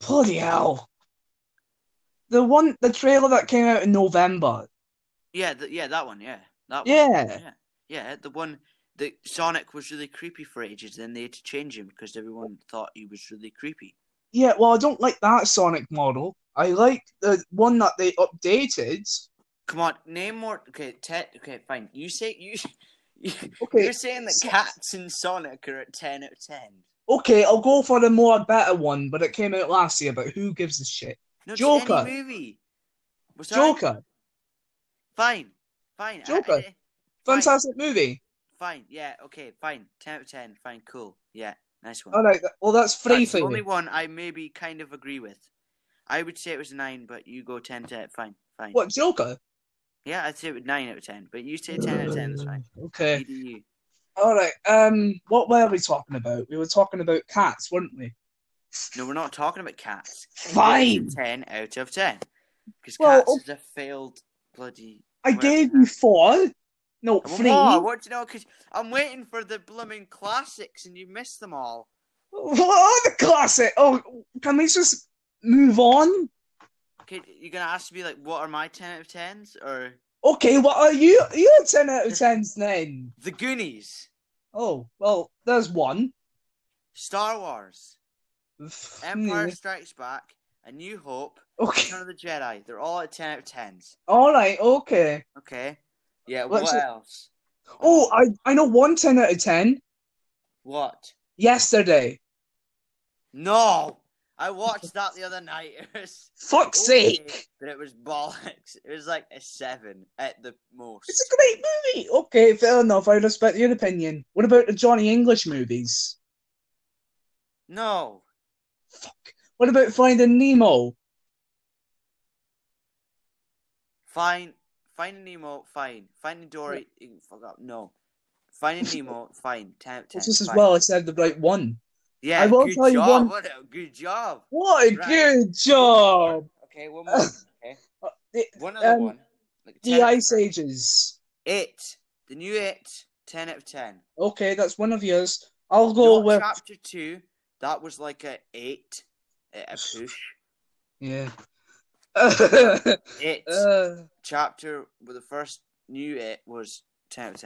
Speaker 1: Bloody hell. The one, the trailer that came out in November.
Speaker 2: Yeah, th yeah, that one, yeah, that one.
Speaker 1: Yeah.
Speaker 2: yeah, yeah. The one that Sonic was really creepy for ages. Then they had to change him because everyone thought he was really creepy.
Speaker 1: Yeah. Well, I don't like that Sonic model. I like the one that they updated.
Speaker 2: Come on, name more. Okay, Ted. Okay, fine. You say you.
Speaker 1: Okay.
Speaker 2: You're saying that
Speaker 1: so-
Speaker 2: cats and Sonic are at ten out of ten.
Speaker 1: Okay. I'll go for the more better one, but it came out last year. But who gives a shit?
Speaker 2: No, it's
Speaker 1: Joker.
Speaker 2: Any movie. Well, sorry?
Speaker 1: Joker.
Speaker 2: Fine. Fine. I-
Speaker 1: Joker.
Speaker 2: I- fine.
Speaker 1: Fantastic movie.
Speaker 2: Fine. Yeah. Okay. Fine. Ten out of ten. Fine. Cool. Yeah. Nice one.
Speaker 1: All right. th- Well, that's free
Speaker 2: That's
Speaker 1: Oh, for
Speaker 2: the only
Speaker 1: you.
Speaker 2: one I maybe kind of agree with. I would say it was a nine, but you go ten to it. Fine. Fine.
Speaker 1: What Joker?
Speaker 2: Yeah, I'd say it was nine out of ten, but you say ten out of ten. That's fine.
Speaker 1: Okay.
Speaker 2: You do you.
Speaker 1: All right. Um, what were we talking about? We were talking about cats, weren't we?
Speaker 2: No, we're not talking about cats.
Speaker 1: Fine.
Speaker 2: Ten out of ten. Because
Speaker 1: Well, oh.
Speaker 2: cats
Speaker 1: o-
Speaker 2: is a failed bloody.
Speaker 1: I gave you four. No,
Speaker 2: Well,
Speaker 1: three.
Speaker 2: More, what do you know? Because I'm waiting for the blooming classics, and you missed them all.
Speaker 1: What the classic? Oh, can we just move on?
Speaker 2: Okay, you're gonna ask me like, what are my ten out of tens or
Speaker 1: Okay, what are you? You're ten out of tens then.
Speaker 2: the Goonies,
Speaker 1: Oh well, there's one.
Speaker 2: Star Wars, Empire
Speaker 1: Hmm,
Speaker 2: Strikes Back, A New Hope,
Speaker 1: Okay.
Speaker 2: Return of the Jedi. They're all at ten out of tens.
Speaker 1: All right. Okay.
Speaker 2: Okay. Yeah.
Speaker 1: Well,
Speaker 2: what
Speaker 1: actually-
Speaker 2: else?
Speaker 1: Oh, I I know one 10 out of ten.
Speaker 2: What?
Speaker 1: Yesterday.
Speaker 2: No, I watched that the other night. It was
Speaker 1: Fuck's
Speaker 2: okay,
Speaker 1: sake!
Speaker 2: but it was bollocks. It was like a seven at the most.
Speaker 1: It's a great movie. Okay, fair enough. I respect your opinion. What about the Johnny English movies?
Speaker 2: No,
Speaker 1: What about Finding Nemo?
Speaker 2: fine. Finding Nemo, fine. Finding Dory, eh, fuck up. No, Finding Nemo, fine. Ten out of ten.
Speaker 1: Just as
Speaker 2: fine.
Speaker 1: well, I said the right one.
Speaker 2: Yeah,
Speaker 1: I will
Speaker 2: good
Speaker 1: tell you
Speaker 2: job.
Speaker 1: one-
Speaker 2: What a good job.
Speaker 1: What a
Speaker 2: Right.
Speaker 1: good job!
Speaker 2: Okay, one more. Okay,
Speaker 1: Uh, the-
Speaker 2: one other
Speaker 1: um,
Speaker 2: one. Like
Speaker 1: The
Speaker 2: 10 out of
Speaker 1: Ice
Speaker 2: 10.
Speaker 1: Ages.
Speaker 2: It. The new It. 10 out of 10.
Speaker 1: Okay, that's one of yours. I'll go
Speaker 2: Not
Speaker 1: with
Speaker 2: Chapter 2. That was like a 8. A push.
Speaker 1: yeah.
Speaker 2: It.
Speaker 1: Uh,
Speaker 2: chapter with the first new It was 10 out of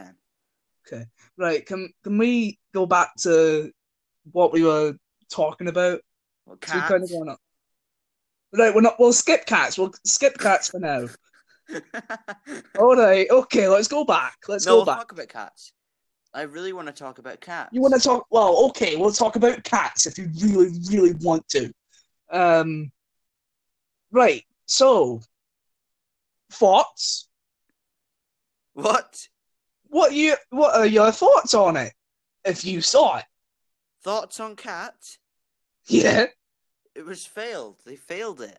Speaker 2: 10.
Speaker 1: right, can can we go back to what we were talking about?
Speaker 2: Well,
Speaker 1: So we
Speaker 2: cats.
Speaker 1: kinda gone up- Right, we're not. We'll skip cats. We'll skip cats for now. All right. Okay. Let's go back. Let's
Speaker 2: no,
Speaker 1: go
Speaker 2: we'll
Speaker 1: back.
Speaker 2: talk about cats. I really want to talk about cats.
Speaker 1: You want to talk? Well, okay, we'll talk about cats if you really, really want to. Um, right. So, thoughts?
Speaker 2: What?
Speaker 1: What you? What are your thoughts on it? If you saw it,
Speaker 2: Thoughts on cats?
Speaker 1: yeah.
Speaker 2: It was failed. They failed it.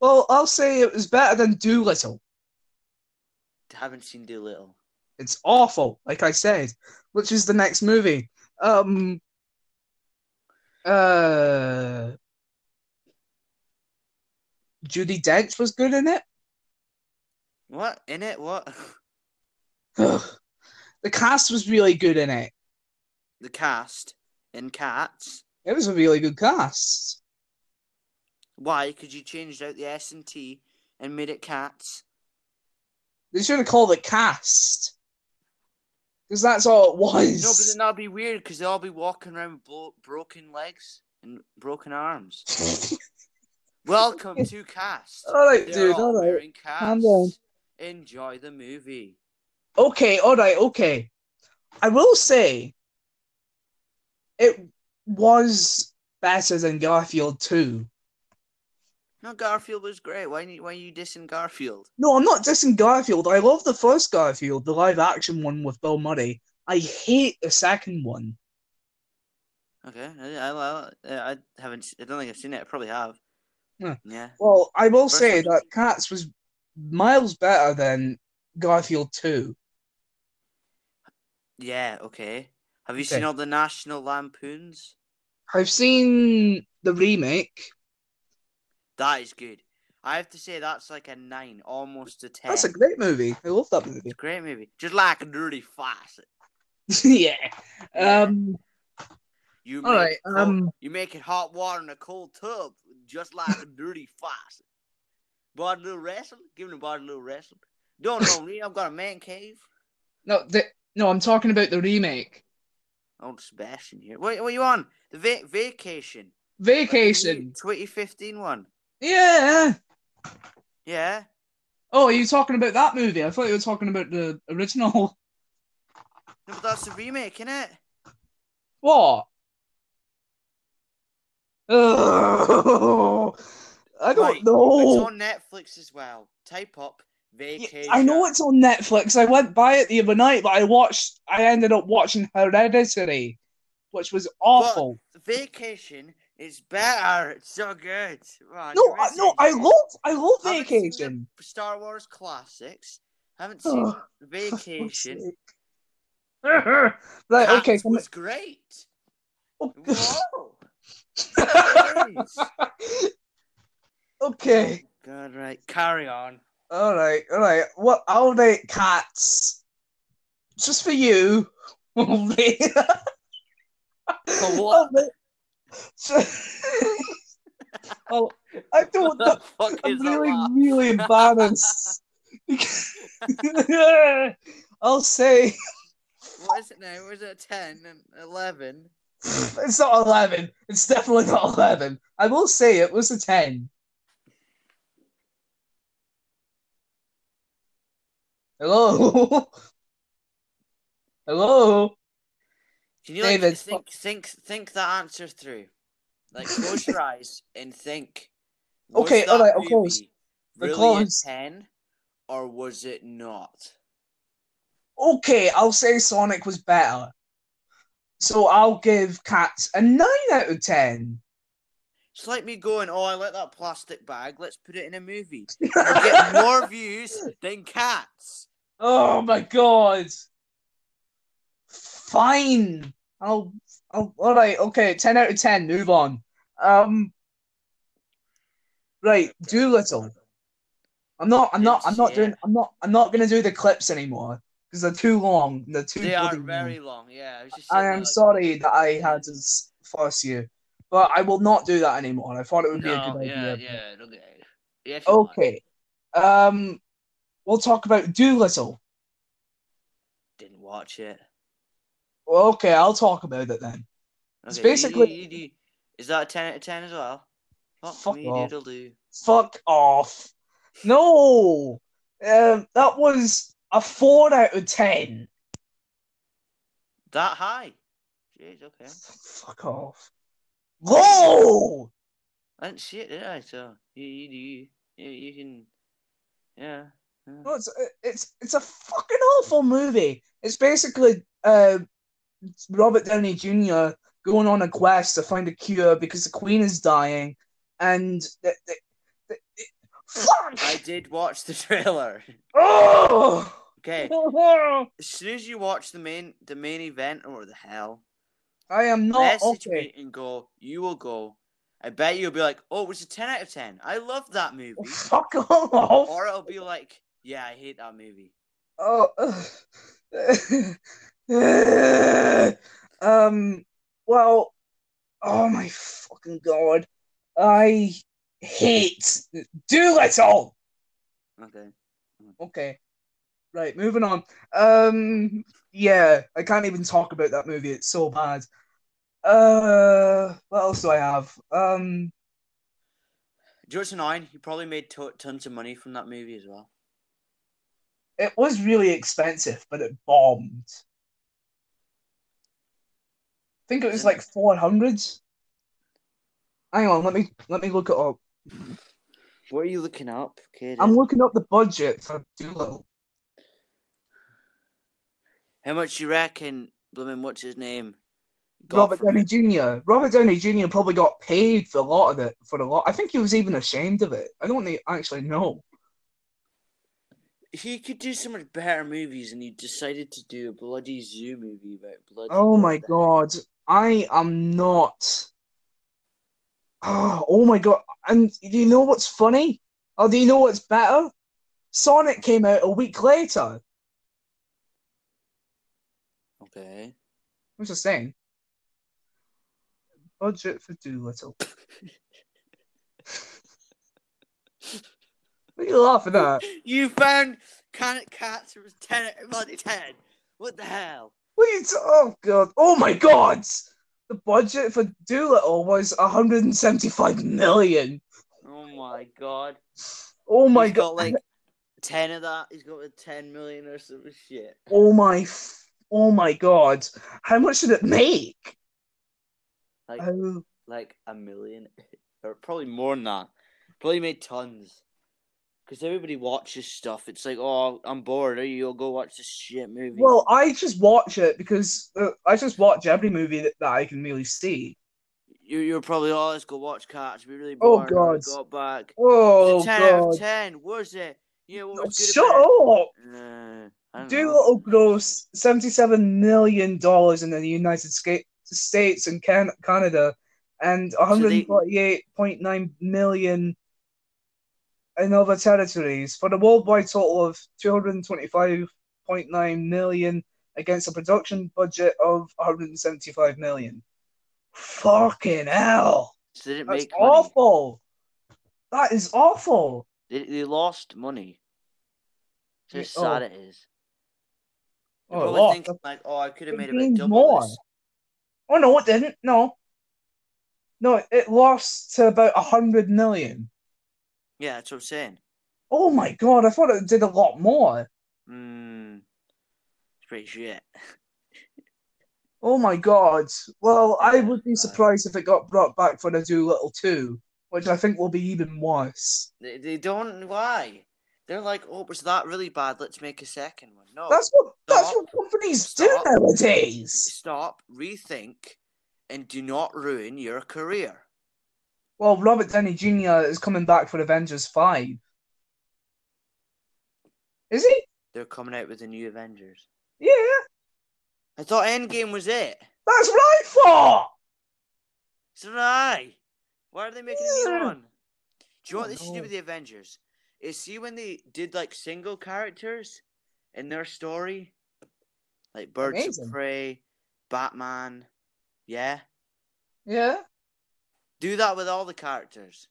Speaker 1: Well, I'll say it was better than Doolittle.
Speaker 2: Haven't seen Doolittle.
Speaker 1: It's awful, like I said, which is the next movie. Um. Uh. Judy Dench was good in it.
Speaker 2: What? In it? What?
Speaker 1: Ugh. The cast was really good in it.
Speaker 2: the cast in Cats.
Speaker 1: It was a really good cast.
Speaker 2: Why? Because you changed out the S and T and made it Cats.
Speaker 1: They should have called it cast. Because that's all it was.
Speaker 2: No, but then that'd be weird because they'll all be walking around with blo- broken legs and broken arms. Welcome to Cast.
Speaker 1: all right, Oh,
Speaker 2: They're
Speaker 1: dude.
Speaker 2: all
Speaker 1: All right.
Speaker 2: wearing
Speaker 1: Calm
Speaker 2: casts. Enjoy the movie.
Speaker 1: Okay. All right. Okay. I will say, it was better than Garfield two.
Speaker 2: No, Garfield was great. Why, you- why are you dissing Garfield?
Speaker 1: No, I'm not dissing Garfield. I love the first Garfield, the live action one with Bill Murray. I hate the second one.
Speaker 2: Okay, I, I, I, I haven't. I don't think I've seen it. I probably have.
Speaker 1: Yeah.
Speaker 2: Yeah.
Speaker 1: Well, I will
Speaker 2: First
Speaker 1: say
Speaker 2: one.
Speaker 1: that Cats was miles better than Garfield two.
Speaker 2: Yeah. Okay. Have you
Speaker 1: Okay.
Speaker 2: seen all the National Lampoons?
Speaker 1: I've seen the remake.
Speaker 2: That is good. I have to say that's like a nine, almost a ten.
Speaker 1: That's a great movie. I love that
Speaker 2: It's
Speaker 1: movie.
Speaker 2: a great movie. Just like really fast.
Speaker 1: yeah. Um.
Speaker 2: You make
Speaker 1: All right.
Speaker 2: cold-
Speaker 1: Um.
Speaker 2: you make it hot water in a cold tub, just like a dirty faucet. Body little wrestling, giving the body a little wrestling. Don't know me. I've got a man cave.
Speaker 1: No. The, no. I'm talking about the remake.
Speaker 2: Old Oh, Sebastian here. What, what are you on? The va- vacation. Like the new
Speaker 1: Vacation.
Speaker 2: 2015 one.
Speaker 1: Yeah.
Speaker 2: Yeah.
Speaker 1: Oh, are you talking about that movie? I thought you were talking about the original.
Speaker 2: No, but that's the remake, innit?
Speaker 1: What? Ugh. I don't
Speaker 2: Right, It's
Speaker 1: know.
Speaker 2: on Netflix as well. Type up vacation.
Speaker 1: Oh. I know it's on Netflix. I went by it the other night, but I watched. I ended up watching Hereditary, which was awful.
Speaker 2: Vacation is better. It's so good. Right,
Speaker 1: No,
Speaker 2: you're
Speaker 1: I, no,
Speaker 2: missing
Speaker 1: I
Speaker 2: it.
Speaker 1: love, I love
Speaker 2: Haven't seen
Speaker 1: Vacation.
Speaker 2: the Star Wars classics. Haven't seen
Speaker 1: Ugh,
Speaker 2: Vacation.
Speaker 1: right, Oh, okay.
Speaker 2: Cats
Speaker 1: come-
Speaker 2: was great. Whoa. Jeez.
Speaker 1: okay.
Speaker 2: God, right. Carry on.
Speaker 1: All right, all right. What? I'll rate Cats just for you. I'll rate-
Speaker 2: For
Speaker 1: I'll
Speaker 2: what?
Speaker 1: rate- Oh, I don't.
Speaker 2: What the fuck
Speaker 1: I'm
Speaker 2: is that
Speaker 1: really,
Speaker 2: laugh?
Speaker 1: really embarrassed. I'll say
Speaker 2: What is it now? Is it 10 and 11?
Speaker 1: it's not eleven. It's definitely not eleven. I will say it was a ten. Hello. Hello.
Speaker 2: Can you like,
Speaker 1: David,
Speaker 2: think, think, think the answer through? Like, close your eyes and think. Was
Speaker 1: Okay,
Speaker 2: that
Speaker 1: alright, I'll
Speaker 2: movie
Speaker 1: close. I'll
Speaker 2: Really
Speaker 1: close.
Speaker 2: a 10? Or was it not?
Speaker 1: Okay, I'll say Sonic was better. So I'll give Cats a nine out of ten.
Speaker 2: It's like me going, oh, I like that plastic bag. Let's put it in a movie. We'll get more views than cats.
Speaker 1: Oh my god. Fine. I'll I'll all right, okay, ten out of ten, move on. Um Right, Doolittle. I'm not. I'm not. I'm
Speaker 2: It's-
Speaker 1: not
Speaker 2: yeah.
Speaker 1: doing. I'm not. I'm not gonna do the clips anymore because they're too long. They're too.
Speaker 2: They are
Speaker 1: bloody long.
Speaker 2: very long. Yeah, I was just.
Speaker 1: I
Speaker 2: sitting
Speaker 1: am
Speaker 2: there
Speaker 1: sorry that I had to s- force you, but I will not do that anymore. I thought it would
Speaker 2: Like,
Speaker 1: be a
Speaker 2: no,
Speaker 1: good
Speaker 2: yeah,
Speaker 1: idea.
Speaker 2: yeah, look at it. Yeah, if you want.
Speaker 1: Okay. Um, we'll talk about Doolittle.
Speaker 2: Didn't watch it.
Speaker 1: Okay, I'll talk about it then. It's basically-
Speaker 2: you- you do- is that a ten out of ten as well? Fuck,
Speaker 1: Fuck
Speaker 2: me,
Speaker 1: off.
Speaker 2: doodle do.
Speaker 1: Fuck off. No. Um, that was a four out of ten.
Speaker 2: That high. Jeez, okay.
Speaker 1: Fuck off. Low.
Speaker 2: I didn't see it, did I? So you, you do. You, you, you can. Yeah. yeah.
Speaker 1: No, it's uh, it's it's a fucking awful movie. It's basically uh, Robert Downey Jr. going on a quest to find a cure because the Queen is dying, and the, the, the, the- fuck.
Speaker 2: I did watch the trailer.
Speaker 1: oh.
Speaker 2: Okay. As soon as you watch the main the main event or the hell,
Speaker 1: I am not
Speaker 2: message
Speaker 1: Oh, okay.
Speaker 2: me and go. You will go. I bet you'll be like, oh, it was a ten out of ten. I love that movie.
Speaker 1: Fuck off.
Speaker 2: or it'll be like, yeah, I hate that movie.
Speaker 1: Oh. ugh. Oh. um. Well. Oh my fucking god. I hate Doolittle.
Speaker 2: Okay.
Speaker 1: Okay. Right. Moving on. Um. Yeah. I can't even talk about that movie. It's so bad. Uh. What else do I have? Um.
Speaker 2: Do you know what's annoying? He probably made to- tons of money from that movie as well.
Speaker 1: It was really expensive, but it bombed. I think it was like four hundred. Hang on, let me let me look it up.
Speaker 2: What are you looking up, kid?
Speaker 1: I'm looking up the budget for Doolittle.
Speaker 2: How much you reckon, blooming, what's his name? got
Speaker 1: Robert
Speaker 2: from
Speaker 1: Downey
Speaker 2: it?
Speaker 1: Jr. Robert Downey Jr. probably got paid for a lot of it. For a lot, I think he was even ashamed of it. I don't e- actually know.
Speaker 2: He could do so much better movies, and he decided to do a bloody zoo movie about bloody.
Speaker 1: Oh
Speaker 2: what
Speaker 1: my
Speaker 2: the-
Speaker 1: god, I am not. Oh, oh my god, and do you know what's funny? Or do you know what's better? Sonic came out a week later.
Speaker 2: Okay.
Speaker 1: I'm just saying. Budget for Doolittle. what are you laughing at?
Speaker 2: You found Can Cats was ten out of bloody ten. What the hell?
Speaker 1: What are you t- oh god. Oh my god! The budget for Doolittle was 175 million.
Speaker 2: Oh my god.
Speaker 1: Oh my
Speaker 2: He's
Speaker 1: god.
Speaker 2: got like ten of that. He's got like ten million or some shit.
Speaker 1: Oh my f- oh my god. How much did it make?
Speaker 2: Like
Speaker 1: Oh
Speaker 2: like a million, or probably more than that. Probably made tons. Because everybody watches stuff. It's like, oh, I'm bored. Are you? Go watch this shit movie.
Speaker 1: well, I just watch it because uh, I just watch every movie that, that I can really see.
Speaker 2: you, you're probably, oh, let's go watch Cats. We really
Speaker 1: Oh,
Speaker 2: bored. Oh, God.
Speaker 1: God.
Speaker 2: got back.
Speaker 1: Oh
Speaker 2: It's a 10 out of
Speaker 1: god!
Speaker 2: 10. Was it? Yeah, what was good
Speaker 1: Shut
Speaker 2: about
Speaker 1: up!
Speaker 2: it? Uh, I don't know.
Speaker 1: Doolittle grossed seventy-seven million dollars in the United Sca- States and Can- Canada, and one
Speaker 2: they-
Speaker 1: hundred forty-eight point nine million in other territories for the worldwide total of two hundred twenty-five point nine million against a production budget of one hundred seventy-five million. Fucking hell!
Speaker 2: So they didn't
Speaker 1: That's
Speaker 2: make money.
Speaker 1: awful. That is awful.
Speaker 2: They, they lost money. So
Speaker 1: Yeah,
Speaker 2: how sad it is. They're
Speaker 1: Oh,
Speaker 2: probably
Speaker 1: lost.
Speaker 2: thinking, like, oh, I could have
Speaker 1: It
Speaker 2: made
Speaker 1: gained
Speaker 2: about double
Speaker 1: more.
Speaker 2: this.
Speaker 1: Oh no, it didn't. No, no, it lost to about a hundred million.
Speaker 2: Yeah, that's what I'm saying.
Speaker 1: Oh my god, I thought it did a lot more.
Speaker 2: Mm. It's pretty shit.
Speaker 1: Oh my god. Well, I
Speaker 2: Yeah,
Speaker 1: would be
Speaker 2: right.
Speaker 1: surprised if it got brought back for the Doolittle two, which I think will be even worse.
Speaker 2: They, they don't. Why? They're like, oh, was that really bad? Let's make a second one. No.
Speaker 1: That's what that's
Speaker 2: Stop.
Speaker 1: what companies
Speaker 2: Stop.
Speaker 1: do nowadays.
Speaker 2: Stop, rethink, and do not ruin your career.
Speaker 1: Well, Robert Downey Jr. is coming back for Avengers five. Is he?
Speaker 2: They're coming out with the new Avengers.
Speaker 1: Yeah,
Speaker 2: I thought Endgame was it.
Speaker 1: that's what I thought.
Speaker 2: So did I. Why are they making a new
Speaker 1: Yeah.
Speaker 2: one? Do you know what
Speaker 1: Oh,
Speaker 2: they should
Speaker 1: no.
Speaker 2: do with the Avengers? is see when they did like single characters in their story, like Birds
Speaker 1: Amazing.
Speaker 2: of Prey, Batman. Yeah,
Speaker 1: Yeah,
Speaker 2: do that with all the characters.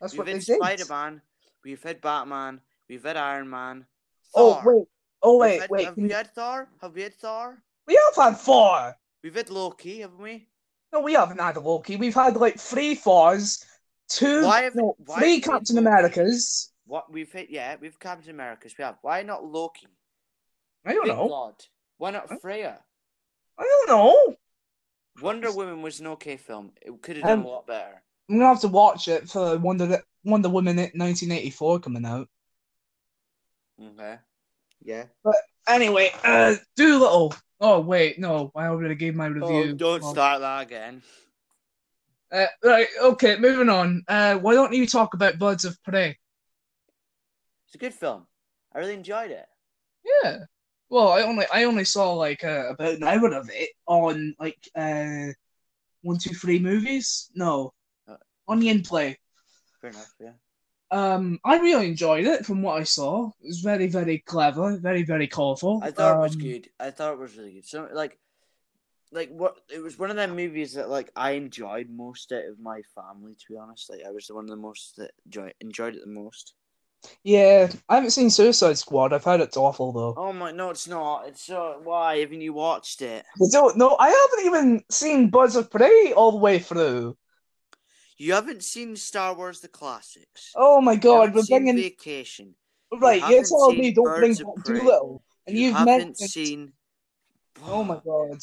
Speaker 1: that's
Speaker 2: we've
Speaker 1: what they
Speaker 2: had
Speaker 1: did.
Speaker 2: Spider Man, we've had Batman, we've had Iron Man.
Speaker 1: oh
Speaker 2: Thor.
Speaker 1: wait, oh
Speaker 2: We've
Speaker 1: wait,
Speaker 2: had-
Speaker 1: wait.
Speaker 2: Have
Speaker 1: can
Speaker 2: we
Speaker 1: you-
Speaker 2: had Thor? Have we had Thor?
Speaker 1: We have had four.
Speaker 2: We've had Loki, haven't we?
Speaker 1: No, we haven't had a Loki. We've had like three Thors, two,
Speaker 2: Why have-
Speaker 1: no, three
Speaker 2: why have we had
Speaker 1: Captain
Speaker 2: Loki?
Speaker 1: Americas.
Speaker 2: What we've hit, yeah, we've Captain America's. We have. Why not Loki?
Speaker 1: I don't
Speaker 2: Big
Speaker 1: know.
Speaker 2: God. Why not
Speaker 1: Huh?
Speaker 2: Freya?
Speaker 1: I don't know.
Speaker 2: Wonder Woman was an okay film. It could have done
Speaker 1: Um,
Speaker 2: a lot better.
Speaker 1: I'm gonna have to watch it for Wonder Wonder Woman 1984 coming out.
Speaker 2: Okay. Yeah.
Speaker 1: Anyway, uh, Doolittle. Oh wait, no, I already gave my review.
Speaker 2: Oh, don't
Speaker 1: Oh.
Speaker 2: start that again.
Speaker 1: Uh, right, okay, moving on. Uh, why don't you talk about Birds of Prey?
Speaker 2: It's a good film. I really enjoyed it.
Speaker 1: Yeah. Well, I only I only saw like uh, about an hour of it on like uh, one two three movies. No,
Speaker 2: Uh.
Speaker 1: on the in play.
Speaker 2: Fair enough. Yeah.
Speaker 1: Um, I really enjoyed it from what I saw. It was very, very clever, very, very colourful.
Speaker 2: I thought it was
Speaker 1: Um,
Speaker 2: good. I thought it was really good. So like, like what? It was one of them movies that like I enjoyed most out of my family. To be honest, like I was the one of the most that enjoy, enjoyed it the most.
Speaker 1: Yeah, I haven't seen Suicide Squad. I've heard it's awful though.
Speaker 2: Oh my! No, it's not. It's so. Why haven't you watched it?
Speaker 1: I don't know. I haven't even seen Birds of Prey all the way through.
Speaker 2: You haven't seen Star Wars: The Classics.
Speaker 1: Oh my
Speaker 2: You
Speaker 1: god,
Speaker 2: haven't
Speaker 1: we're
Speaker 2: seen
Speaker 1: bringing
Speaker 2: Vacation.
Speaker 1: right. You're
Speaker 2: haven't
Speaker 1: telling me
Speaker 2: seen
Speaker 1: don't bring
Speaker 2: Birds of
Speaker 1: back
Speaker 2: Prey.
Speaker 1: Doolittle, and
Speaker 2: you
Speaker 1: you've
Speaker 2: haven't
Speaker 1: meant
Speaker 2: seen.
Speaker 1: Oh my god.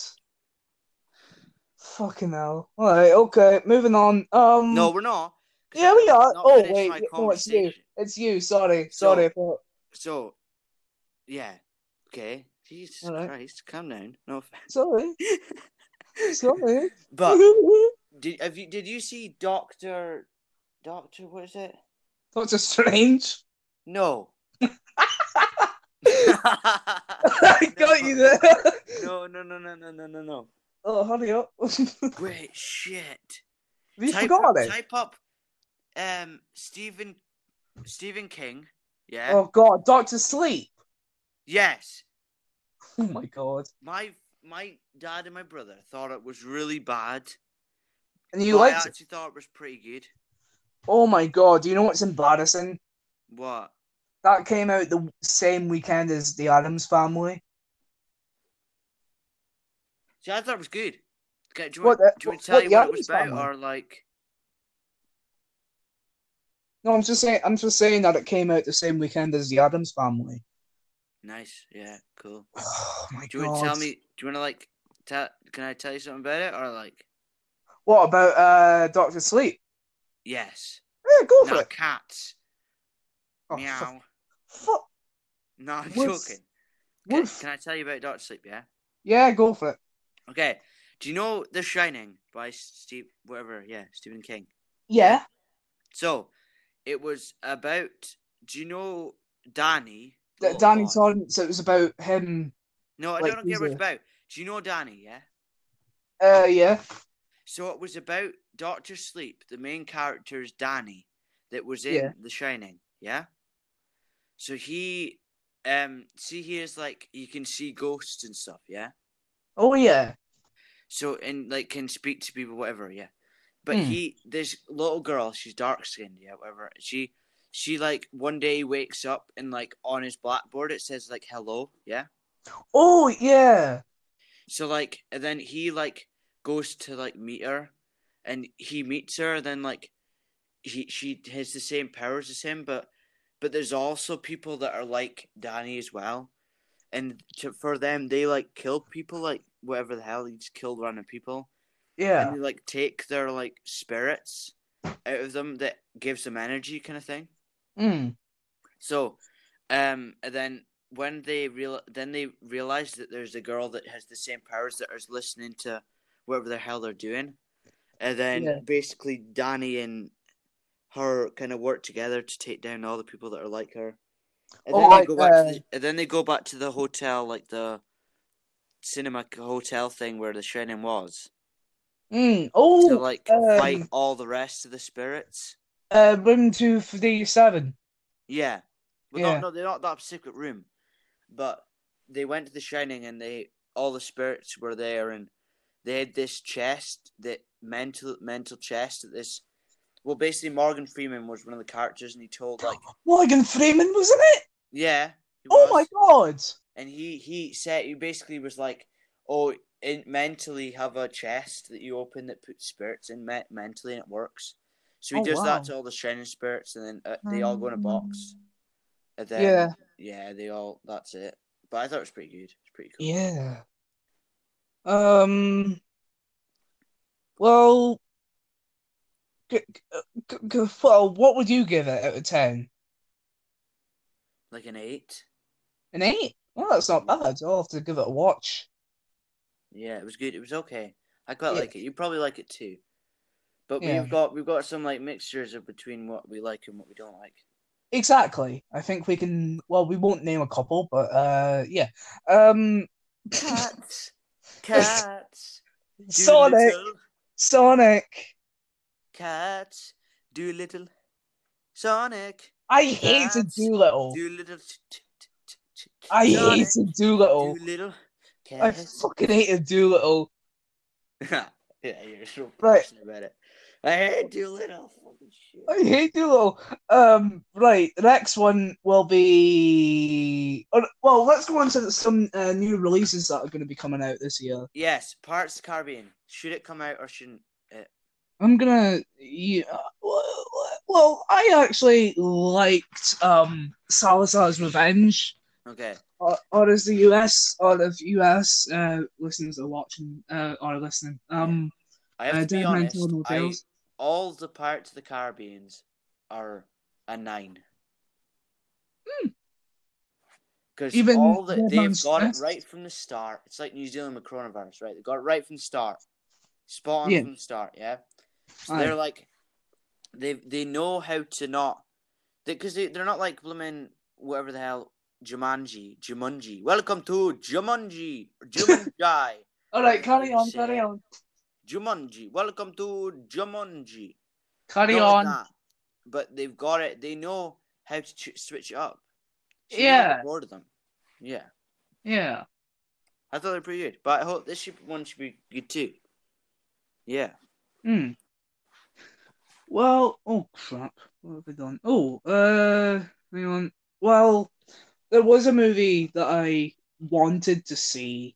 Speaker 1: Fucking hell. All right, okay, moving on. Um,
Speaker 2: No, we're not. 'cause
Speaker 1: yeah,
Speaker 2: I-
Speaker 1: we
Speaker 2: I've
Speaker 1: are.
Speaker 2: not
Speaker 1: Oh
Speaker 2: finished
Speaker 1: wait,
Speaker 2: my
Speaker 1: no, it's you.
Speaker 2: conversation.
Speaker 1: It's you. Sorry,
Speaker 2: So-
Speaker 1: sorry. for-
Speaker 2: So, yeah. Okay. Jesus
Speaker 1: Alright.
Speaker 2: Christ, calm down. No offense.
Speaker 1: Sorry, sorry.
Speaker 2: But did have you did you see Doctor Doctor what is it?
Speaker 1: Doctor Strange.
Speaker 2: No.
Speaker 1: I got you there.
Speaker 2: No, no, no, no, no, no, no, no.
Speaker 1: Oh, hurry up. we
Speaker 2: Wait, shit.
Speaker 1: forgot it.
Speaker 2: Type up um Stephen Stephen King. Yeah.
Speaker 1: Oh god, Doctor Sleep.
Speaker 2: Yes.
Speaker 1: Oh my god.
Speaker 2: My my dad and my brother thought it was really bad.
Speaker 1: And you
Speaker 2: but I
Speaker 1: liked it.
Speaker 2: actually thought it was pretty good.
Speaker 1: Oh my god, do you know what's embarrassing?
Speaker 2: What?
Speaker 1: That came out the same weekend as The Adams Family.
Speaker 2: See, I thought it was good. Okay, do you
Speaker 1: What the-
Speaker 2: want, do you want
Speaker 1: what-
Speaker 2: to tell
Speaker 1: what
Speaker 2: you
Speaker 1: the
Speaker 2: what it
Speaker 1: Addams
Speaker 2: was about,
Speaker 1: Family?
Speaker 2: or like?
Speaker 1: No, I'm just saying I'm just saying that it came out the same weekend as The Adams Family.
Speaker 2: Nice, yeah, cool.
Speaker 1: Oh my
Speaker 2: Do you
Speaker 1: god.
Speaker 2: want to tell me? Do you want to like? Tell? Can I tell you something about it, or like?
Speaker 1: What about uh Doctor Sleep?
Speaker 2: Yes.
Speaker 1: Yeah, go for
Speaker 2: Now
Speaker 1: it.
Speaker 2: cats.
Speaker 1: Oh,
Speaker 2: meow.
Speaker 1: fuck.
Speaker 2: No, I'm
Speaker 1: Woof.
Speaker 2: joking. Okay,
Speaker 1: Woof.
Speaker 2: can I tell you about Doctor Sleep? Yeah.
Speaker 1: Yeah, go for it.
Speaker 2: Okay. Do you know The Shining by Steve? Whatever. Yeah, Stephen King.
Speaker 1: Yeah.
Speaker 2: So, it was about. Do you know Danny? the
Speaker 1: That
Speaker 2: little
Speaker 1: Danny
Speaker 2: boy?
Speaker 1: Torrance, it was about him.
Speaker 2: No, I
Speaker 1: like,
Speaker 2: don't care
Speaker 1: he's
Speaker 2: what it's
Speaker 1: a-
Speaker 2: about. Do you know Danny? Yeah.
Speaker 1: Uh yeah.
Speaker 2: So it was about Doctor Sleep, the main character is Danny, that was in
Speaker 1: Yeah.
Speaker 2: The Shining. Yeah. So he, um, see, he is like you can see ghosts and stuff. Yeah.
Speaker 1: Oh yeah.
Speaker 2: So and like can speak to people, whatever. Yeah. But
Speaker 1: Hmm.
Speaker 2: he, this little girl, she's dark skinned. Yeah, whatever. She, she like one day wakes up and like on his blackboard it says like hello. Yeah.
Speaker 1: Oh yeah.
Speaker 2: So like, and then he like goes to like meet her, and he meets her. Then like, he she has the same powers as him, but but there's also people that are like Danny as well, and to, for them they like kill people like whatever the hell he just killed random people,
Speaker 1: Yeah.
Speaker 2: and they like take their like spirits out of them that gives them energy kind of thing.
Speaker 1: Mm.
Speaker 2: So, um, and then when they real, then they realize that there's a girl that has the same powers that is listening to whatever the hell they're doing, and then
Speaker 1: Yeah.
Speaker 2: basically Danny and her kind of work together to take down all the people that are like her. And
Speaker 1: Oh,
Speaker 2: then they
Speaker 1: like,
Speaker 2: go back to the, and then they go back to the hotel, like the cinema hotel thing where the shining was,
Speaker 1: Mm.
Speaker 2: to
Speaker 1: Oh
Speaker 2: like
Speaker 1: um,
Speaker 2: fight all the rest of the spirits.
Speaker 1: Uh, room two three seven.
Speaker 2: Yeah. Well,
Speaker 1: Yeah.
Speaker 2: Not, no, they're not that secret room, but they went to the Shining and they all the spirits were there and they had this chest, that mental mental chest that this. Well, basically, Morgan Freeman was one of the characters, and he told like,
Speaker 1: Morgan Freeman was in it.
Speaker 2: yeah. he
Speaker 1: Oh
Speaker 2: was.
Speaker 1: my god!
Speaker 2: and he he said he basically was like, oh, in, mentally have a chest that you open that puts spirits in me- mentally and it works. So he
Speaker 1: Oh,
Speaker 2: does
Speaker 1: wow. Hmm.
Speaker 2: that to all the shining spirits, and then uh, they all go in a box. And then,
Speaker 1: Yeah.
Speaker 2: yeah, they all. That's it. But I thought it was pretty good. It's pretty cool.
Speaker 1: Yeah. Um. Well. G- g- g- well, what would you give it out of ten?
Speaker 2: Like an eight.
Speaker 1: An eight? Well, that's not bad. I'll have to give it a watch.
Speaker 2: Yeah, it was good. It was okay. I quite
Speaker 1: Yeah.
Speaker 2: like it. You probably like it too. But
Speaker 1: Yeah.
Speaker 2: we've got we've got some like mixtures of between what we like and what we don't like.
Speaker 1: Exactly. I think we can. Well, we won't name a couple, but uh, yeah. Um,
Speaker 2: Cats, cats,
Speaker 1: Sonic,
Speaker 2: Doolittle.
Speaker 1: Sonic.
Speaker 2: Cats, Doolittle, Sonic,
Speaker 1: I hated
Speaker 2: Cats,
Speaker 1: Doolittle.
Speaker 2: Doolittle. t- t- t- t- t-
Speaker 1: Oh. I
Speaker 2: Sonic,
Speaker 1: hated Doolittle.
Speaker 2: Doolittle.
Speaker 1: I
Speaker 2: Cats.
Speaker 1: fucking hated Doolittle.
Speaker 2: yeah, you're so
Speaker 1: Right.
Speaker 2: passionate about it. I hate Doolittle. Fucking shit.
Speaker 1: I hate Doolittle. Um, right. The next one will be. oh, Well, let's go on to some uh, new releases that are going to be coming out this year.
Speaker 2: Yes, Pirates of the Caribbean. Should it come out or shouldn't?
Speaker 1: I'm gonna. Yeah, well, well, I actually liked um, Salazar's Revenge.
Speaker 2: Okay.
Speaker 1: or, or as the US or of US uh, listeners are watching uh, or are listening. Um,
Speaker 2: I have
Speaker 1: uh,
Speaker 2: to be
Speaker 1: Dead Man
Speaker 2: honest.
Speaker 1: Telling No
Speaker 2: I,
Speaker 1: Tales.
Speaker 2: all the Pirates of the Caribbeans are a nine. Because
Speaker 1: Hmm. Even
Speaker 2: all the,
Speaker 1: Dead
Speaker 2: they've
Speaker 1: Man's
Speaker 2: got
Speaker 1: Chest?
Speaker 2: it right from the start. It's like New Zealand with coronavirus, right? They got it right from the start. Spot on
Speaker 1: Yeah.
Speaker 2: from the start, yeah? So
Speaker 1: Aye.
Speaker 2: they're like, they they know how to not. Because they, they're not like blooming whatever the hell, Jumanji, Jumanji. Welcome to Jumanji, Jumanji.
Speaker 1: All right, carry on,
Speaker 2: Shit.
Speaker 1: carry on,
Speaker 2: Jumanji. Welcome to Jumanji.
Speaker 1: carry
Speaker 2: Not like
Speaker 1: on.
Speaker 2: that, but they've got it. They know how to ch- switch it up. So
Speaker 1: Yeah.
Speaker 2: You bored of them. Yeah.
Speaker 1: Yeah,
Speaker 2: I thought they were pretty good, but I hope this should, one should be good too. Yeah.
Speaker 1: Hmm. Well, oh crap, what have we done? Oh, uh, hang on. Well, there was a movie that I wanted to see.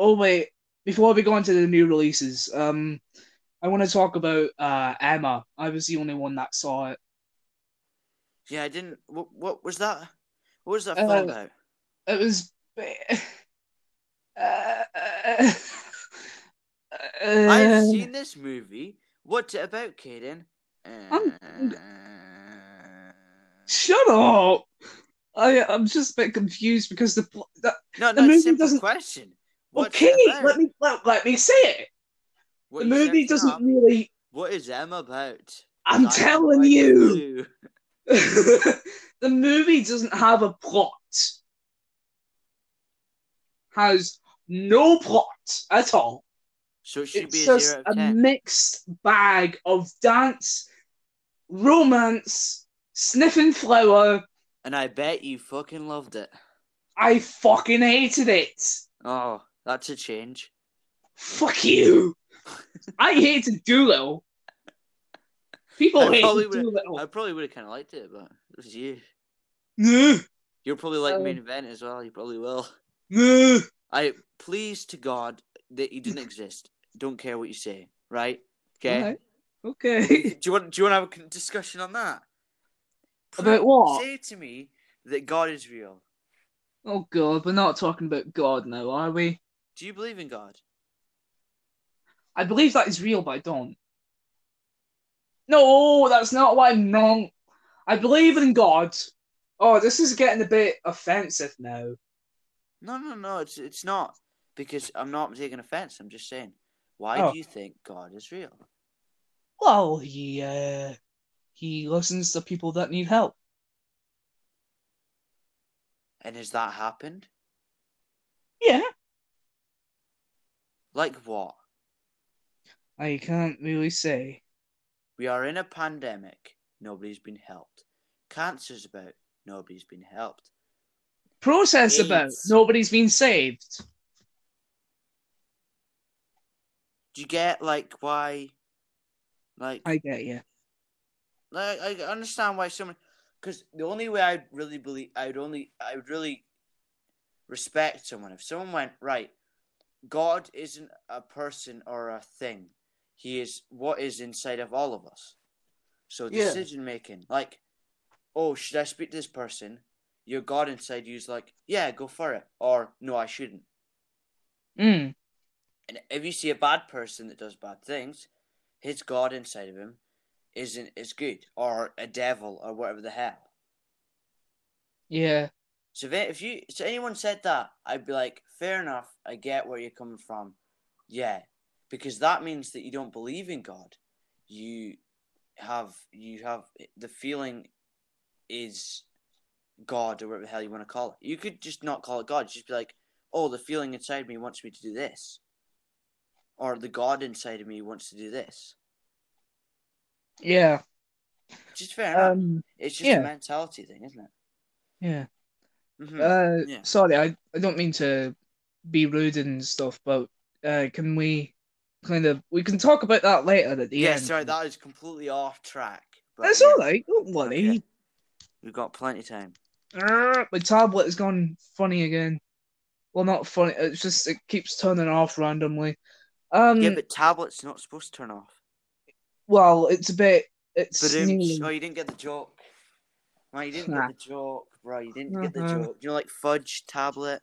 Speaker 1: Oh wait, before we go on to the new releases, um, I want to talk about uh Emma. I was the only one that saw it.
Speaker 2: Yeah, I didn't. What, what was that? What was that
Speaker 1: Uh,
Speaker 2: film about?
Speaker 1: it was. Uh,
Speaker 2: I've
Speaker 1: uh,
Speaker 2: seen this movie. What's it about, Uh, Kaden?
Speaker 1: Shut up! I I'm just a bit confused because the pl- that,
Speaker 2: no,
Speaker 1: the
Speaker 2: no,
Speaker 1: movie
Speaker 2: it's a simple
Speaker 1: doesn't-
Speaker 2: question. What's
Speaker 1: okay.
Speaker 2: it about?
Speaker 1: Let me let, let me say it.
Speaker 2: What
Speaker 1: the
Speaker 2: you
Speaker 1: movie
Speaker 2: searching
Speaker 1: doesn't
Speaker 2: up?
Speaker 1: really.
Speaker 2: What is Emma about?
Speaker 1: I'm
Speaker 2: I have
Speaker 1: telling
Speaker 2: no
Speaker 1: you,
Speaker 2: clue.
Speaker 1: the movie doesn't have a plot. Has no plot at all.
Speaker 2: So it should
Speaker 1: It's
Speaker 2: be a
Speaker 1: just
Speaker 2: zero out
Speaker 1: a
Speaker 2: of ten.
Speaker 1: mixed bag of dance, romance, sniffing flower.
Speaker 2: and I bet you fucking loved it.
Speaker 1: I fucking hated it.
Speaker 2: Oh, that's a change.
Speaker 1: Fuck you. I hated Doolittle. People
Speaker 2: I
Speaker 1: hate
Speaker 2: probably would've- I
Speaker 1: Doolittle.
Speaker 2: probably would have kind of liked it, but it was you.
Speaker 1: No,
Speaker 2: You're probably like
Speaker 1: Um,
Speaker 2: main event as well. You probably will.
Speaker 1: no.
Speaker 2: I please to God that you didn't exist. Don't care what you say, right? Okay.
Speaker 1: Alright, Okay.
Speaker 2: Do you want Do you want to have a con- discussion on that?
Speaker 1: About what?
Speaker 2: Say to me that God is real.
Speaker 1: Oh god, we're not talking about God now, are we?
Speaker 2: Do you believe in God?
Speaker 1: I believe that is real, but I don't. No, that's not what I'm not. I believe in God. Oh, this is getting a bit offensive now.
Speaker 2: No, no, no. It's it's not because I'm not taking offense. I'm just saying. Why
Speaker 1: Oh.
Speaker 2: do you think God is real?
Speaker 1: Well, he uh, he listens to people that need help.
Speaker 2: And has that happened?
Speaker 1: Yeah.
Speaker 2: Like what?
Speaker 1: I can't really say.
Speaker 2: We are in a pandemic. Nobody's been helped. Cancer's about. Nobody's been helped.
Speaker 1: Process about.
Speaker 2: AIDS.
Speaker 1: Nobody's been saved.
Speaker 2: Do you get like why? Like
Speaker 1: I get you.
Speaker 2: Like I understand why someone, because the only way I'd really believe, I'd only, I would really respect someone if someone went right. God isn't a person or a thing; He is what is inside of all of us. So
Speaker 1: Yeah.
Speaker 2: decision making, like, oh, should I speak to this person? Your God inside you's like, yeah, go for it, or no, I shouldn't.
Speaker 1: Mm.
Speaker 2: And if you see a bad person that does bad things, his God inside of him isn't as good, or a devil, or whatever the hell.
Speaker 1: Yeah.
Speaker 2: So if, if you, so anyone said that, I'd be like, fair enough. I get where you're coming from. Yeah, because that means that you don't believe in God. You have, you have the feeling is God or whatever the hell you want to call it. You could just not call it God. Just be like, oh, the feeling inside me wants me to do this, or the God inside of me wants to do this.
Speaker 1: Yeah.
Speaker 2: Just fair enough.
Speaker 1: Um.
Speaker 2: it's just
Speaker 1: yeah.
Speaker 2: a mentality thing, isn't it?
Speaker 1: Yeah.
Speaker 2: hmm
Speaker 1: Uh.
Speaker 2: yeah.
Speaker 1: Sorry, I, I don't mean to be rude and stuff, but uh, can we kind of we can talk about that later at the
Speaker 2: yeah,
Speaker 1: end.
Speaker 2: sorry, that is completely off track. but
Speaker 1: That's
Speaker 2: yeah.
Speaker 1: all right. Don't worry.
Speaker 2: Okay. We've got plenty of time.
Speaker 1: Arrgh, My tablet has gone funny again. Well, not funny. It's just it keeps turning off randomly. Um.
Speaker 2: yeah, but tablet's not supposed to turn off.
Speaker 1: Well, it's a bit. It's
Speaker 2: Ba-doom.
Speaker 1: nearly-
Speaker 2: Oh, you didn't get the joke. Man, you didn't
Speaker 1: Nah.
Speaker 2: get the joke, bro. You didn't get the
Speaker 1: Uh-huh.
Speaker 2: joke. You know, like fudge tablet.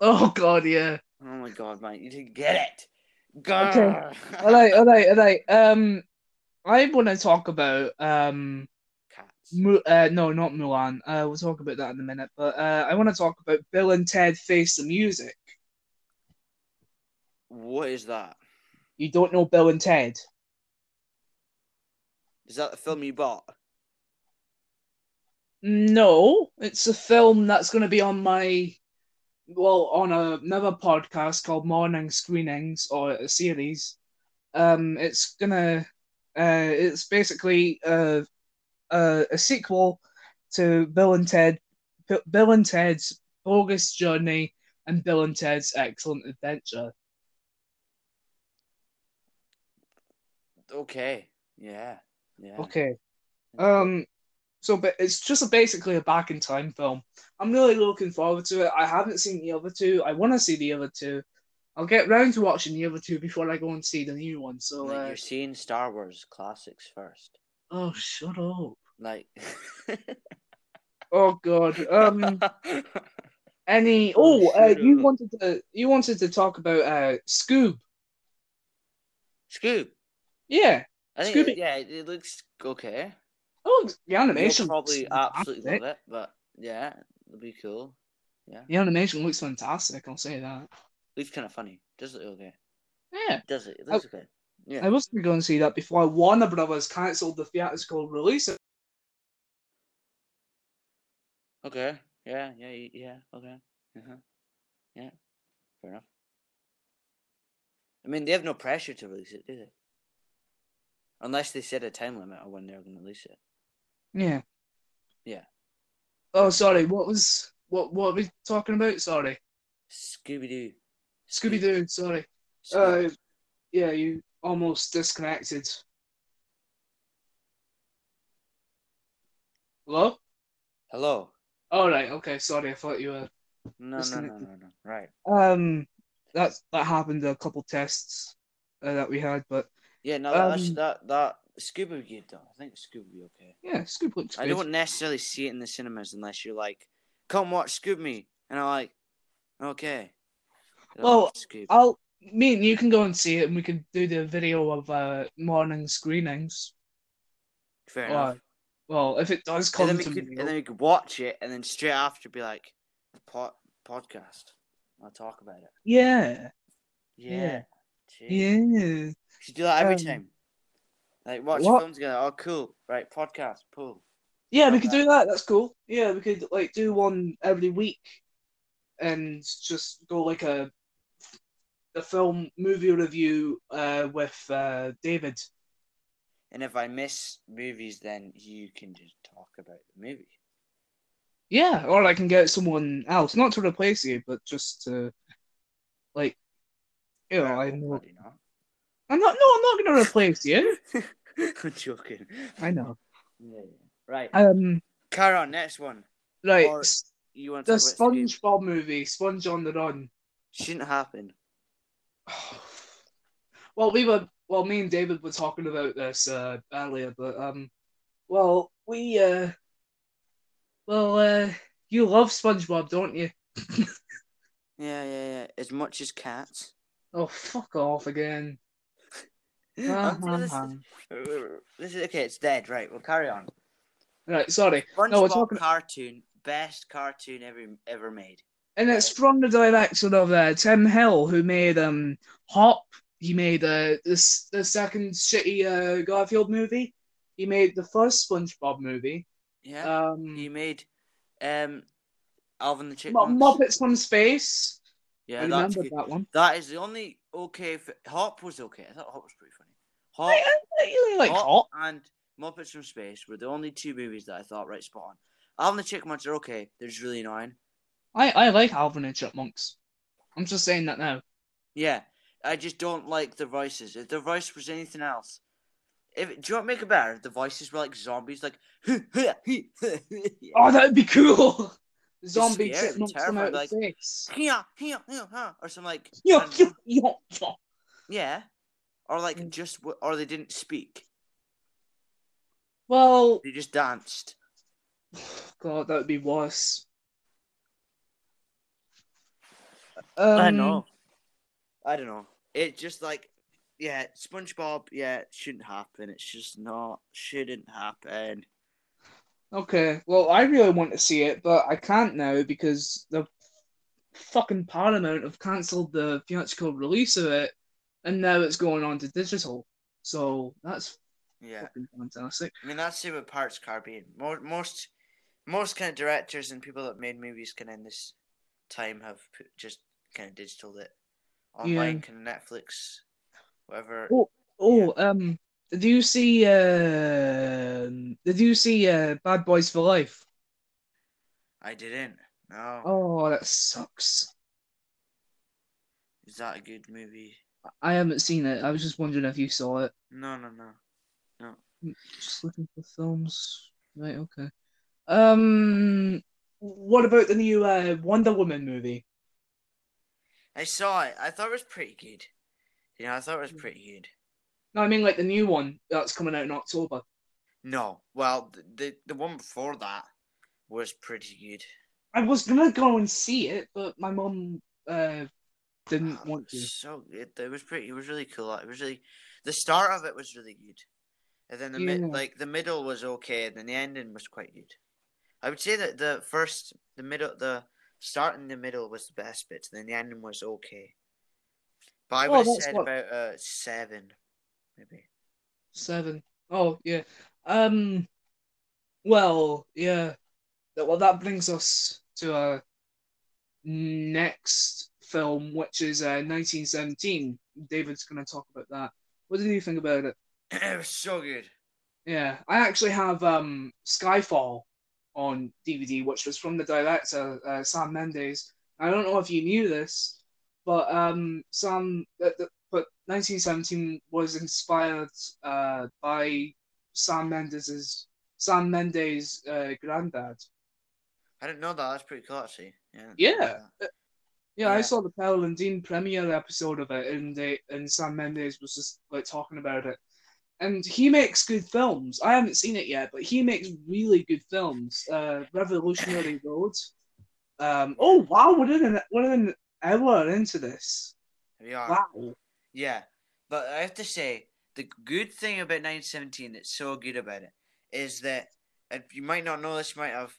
Speaker 1: Oh God, yeah.
Speaker 2: Oh my god, man, you didn't get it. Grr.
Speaker 1: Okay. All right, all right, all right. Um, I want to talk about um,
Speaker 2: Cats.
Speaker 1: Mu- uh, no, not Mulan. Uh, we'll talk about that in a minute. But uh, I want to talk about Bill and Ted Face the Music.
Speaker 2: What is that?
Speaker 1: You don't know Bill and Ted?
Speaker 2: Is that the film you bought?
Speaker 1: No, it's a film that's going to be on my, well, on a, another podcast called Morning Screenings or a series. Um, it's gonna, uh, it's basically uh, uh, a sequel to Bill and Ted, P- Bill and Ted's Bogus Journey and Bill and Ted's Excellent Adventure.
Speaker 2: Okay. Yeah. Yeah.
Speaker 1: Okay. Um, so but it's just a, basically a back in time film. I'm really looking forward to it. I haven't seen the other two. I want to see the other two. I'll get round to watching the other two before I go and see the new one. So,
Speaker 2: Like,
Speaker 1: uh,
Speaker 2: you're seeing Star Wars classics first.
Speaker 1: oh, shut up.
Speaker 2: Like.
Speaker 1: Oh God. Um, any? Oh, uh,
Speaker 2: Shut
Speaker 1: you
Speaker 2: up.
Speaker 1: wanted to you wanted to talk about uh Scoob?
Speaker 2: Scoob.
Speaker 1: Yeah.
Speaker 2: I think.
Speaker 1: Scooby-
Speaker 2: Yeah, it it looks okay.
Speaker 1: Oh, the animation.
Speaker 2: You'll probably
Speaker 1: looks
Speaker 2: absolutely
Speaker 1: fantastic.
Speaker 2: love it, but yeah, it'll be cool.
Speaker 1: The animation looks fantastic. I'll say that.
Speaker 2: Looks kind of funny. Does look okay?
Speaker 1: Yeah.
Speaker 2: Does it? It looks okay. Yeah.
Speaker 1: I was going to go and see that before Warner Brothers cancelled the theatrical release of
Speaker 2: Okay. Yeah. Yeah. y- Yeah. Okay. Uh-huh. Yeah. Fair enough. I mean, they have no pressure to release it, do they? Unless they set a time limit on when they're going to release it.
Speaker 1: Yeah.
Speaker 2: Yeah.
Speaker 1: Oh, sorry. What was what? What are we talking about? Sorry,
Speaker 2: Scooby Doo.
Speaker 1: Scooby Doo. Sorry. Uh, yeah, you almost disconnected. Hello.
Speaker 2: Hello.
Speaker 1: All right. Okay. Sorry, I thought you were.
Speaker 2: No. No. No. No.
Speaker 1: Disconnected.
Speaker 2: No. Right.
Speaker 1: Um, that that happened a couple tests uh, that we had, but
Speaker 2: Yeah. No. That
Speaker 1: Um,
Speaker 2: that that Scooby would be good though. I think Scooby would be okay.
Speaker 1: yeah, Scoob looks
Speaker 2: I
Speaker 1: good.
Speaker 2: don't necessarily see it in the cinemas unless you're like, come watch Scoob Me. And I'm like, okay. And I'll
Speaker 1: Well,
Speaker 2: watch Scoob.
Speaker 1: I'll me and you can go and see it, and we can do the video of uh morning screenings.
Speaker 2: Fair
Speaker 1: Or,
Speaker 2: enough.
Speaker 1: well, if it does
Speaker 2: And
Speaker 1: come
Speaker 2: then, we
Speaker 1: to
Speaker 2: could,
Speaker 1: me,
Speaker 2: and then we could watch it and then straight after be like, pod, podcast. I'll talk about it.
Speaker 1: yeah,
Speaker 2: Yeah. Jeez.
Speaker 1: yeah.
Speaker 2: We should do that every
Speaker 1: Um,
Speaker 2: time. Like, watch
Speaker 1: what?
Speaker 2: films together. Oh, cool. Right, podcast. Cool.
Speaker 1: Yeah, we
Speaker 2: Love
Speaker 1: could do that. That's cool. Yeah, we could like do one every week, and just go like a a film movie review uh, with uh, David.
Speaker 2: And if I miss movies, then you can just talk about the movie.
Speaker 1: Yeah, or I can get someone else, not to replace you, but just to, like, you know,
Speaker 2: Well,
Speaker 1: Oh, I know.
Speaker 2: bloody
Speaker 1: I'm not. No, I'm not going to replace you.
Speaker 2: not. I'm joking.
Speaker 1: I know.
Speaker 2: Yeah, yeah. Right.
Speaker 1: Um.
Speaker 2: Car on, next one.
Speaker 1: Right.
Speaker 2: Or-
Speaker 1: s-
Speaker 2: You want to
Speaker 1: the
Speaker 2: talk about Scoob?
Speaker 1: SpongeBob movie, Sponge on the Run.
Speaker 2: Shouldn't happen.
Speaker 1: Well, we were. Well, me and David were talking about this uh, earlier, but um, well, we uh, well, uh, you love SpongeBob, don't you?
Speaker 2: Yeah, yeah, yeah. As much as cats.
Speaker 1: Oh, fuck off again. Ah,
Speaker 2: I'm sure Oh, this, is, this is okay. It's dead. Right. We'll carry on.
Speaker 1: Right, sorry.
Speaker 2: SpongeBob
Speaker 1: No, we're talking-
Speaker 2: cartoon, best cartoon ever ever made.
Speaker 1: And it's from the direction of uh, Tim Hill, who made um Hop. He made uh, this the second shitty uh, Garfield movie. He made the first SpongeBob movie.
Speaker 2: Yeah.
Speaker 1: Um,
Speaker 2: he made um Alvin the Chipmunks.
Speaker 1: Mu- Muppets from Space. I
Speaker 2: yeah, that's
Speaker 1: remembered
Speaker 2: good.
Speaker 1: that one.
Speaker 2: That is the only okay. F- Hop was okay. I thought Hop was pretty funny. Hop,
Speaker 1: I, I really like oh, Hop.
Speaker 2: Hop and Muppets from Space were the only two movies that I thought right spot on. Alvin the Chipmunks are okay. They're just really annoying.
Speaker 1: I, I like Alvin and Chipmunks. I'm just saying that now.
Speaker 2: Yeah, I just don't like the voices. If the voice was anything else, if do you want to make it better? If The voices were like zombies, like
Speaker 1: Oh, that would be cool. Zombie
Speaker 2: scary,
Speaker 1: chipmunks come out of
Speaker 2: terrifying, like-
Speaker 1: space.
Speaker 2: yeah, yeah, yeah, huh, or something like I
Speaker 1: Yo,
Speaker 2: don't
Speaker 1: yo,
Speaker 2: know.
Speaker 1: yo, yo.
Speaker 2: yeah, or like
Speaker 1: Mm.
Speaker 2: just w- or they didn't speak.
Speaker 1: Well,
Speaker 2: They just danced.
Speaker 1: God, that would be worse.
Speaker 2: I
Speaker 1: Um,
Speaker 2: know. I don't know. It's just like, yeah, SpongeBob. Yeah, it shouldn't happen. It's just not. Shouldn't happen.
Speaker 1: Okay, well, I really want to see it, but I can't now because the fucking Paramount have cancelled the theatrical release of it, and now it's going on to digital. So that's
Speaker 2: Yeah.
Speaker 1: fucking fantastic.
Speaker 2: I mean, that's the same with Pirates of the Caribbean. Most, most, most kind of directors and people that made movies kind of in this time have put, just kind of digital it online, kind of Netflix, whatever.
Speaker 1: Oh, Oh, um, did you see? um did you see uh, Bad Boys for Life?
Speaker 2: I didn't. No,
Speaker 1: Oh, that sucks.
Speaker 2: is that a good movie?
Speaker 1: I haven't seen it. I was just wondering if you saw it.
Speaker 2: No, no, no.
Speaker 1: Just looking for films. Right, okay. Um, what about the new uh, Wonder Woman movie?
Speaker 2: I saw it. I thought it was pretty good. You know, I thought it was pretty good.
Speaker 1: No, I mean like the new one that's coming out in October.
Speaker 2: No, well, the the, the one before that was pretty good.
Speaker 1: I was gonna go and see it, but my mum uh, didn't
Speaker 2: Oh, it
Speaker 1: want
Speaker 2: was
Speaker 1: to.
Speaker 2: So good. It was pretty. It was really cool. It was really. The start of it was really good, and then the
Speaker 1: Yeah.
Speaker 2: mid, like the middle was okay, and then the ending was quite good. I would say that the first, the middle, the start and the middle was the best bit. Then the ending was okay. But I would
Speaker 1: Well,
Speaker 2: have
Speaker 1: Oh, that's
Speaker 2: said
Speaker 1: what-
Speaker 2: about uh seven, maybe.
Speaker 1: Seven. Oh yeah. Um. Well, yeah. That- Well, that brings us to our next film, which is uh, 1917. David's gonna talk about that. What did you think about it?
Speaker 2: it was so good.
Speaker 1: Yeah, I actually have um Skyfall on DVD, which was from the director uh, Sam Mendes. I don't know if you knew this, but um Sam, that that- but 1917 was inspired uh by Sam Mendes's Sam Mendes' uh, granddad.
Speaker 2: I didn't know that. That's pretty cool, actually. Yeah. I didn't know
Speaker 1: Yeah.
Speaker 2: that.
Speaker 1: Yeah, I
Speaker 2: Yeah.
Speaker 1: saw the Pearl and Dean premiere episode of it, and they and Sam Mendes was just like talking about it. And he makes good films. I haven't seen it yet, but he makes really good films. Uh, Revolutionary Road. Um, oh wow, we're in an, we're in an hour into this.
Speaker 2: We are.
Speaker 1: Wow.
Speaker 2: Yeah, but I have to say the good thing about 917 that's so good about it is that and you might not know this, you might have,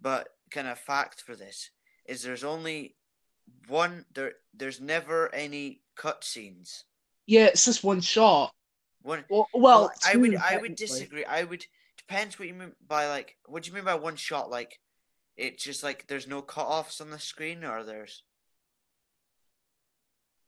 Speaker 2: but kind of fact for this is there's only one there. There's never any cutscenes.
Speaker 1: Yeah, it's just one shot.
Speaker 2: One.
Speaker 1: Well,
Speaker 2: Well,
Speaker 1: well
Speaker 2: I
Speaker 1: two,
Speaker 2: would I
Speaker 1: technically.
Speaker 2: would disagree. I would depends what you mean by like. What do you mean by one shot? Like, it's just like there's no cutoffs on the screen, or there's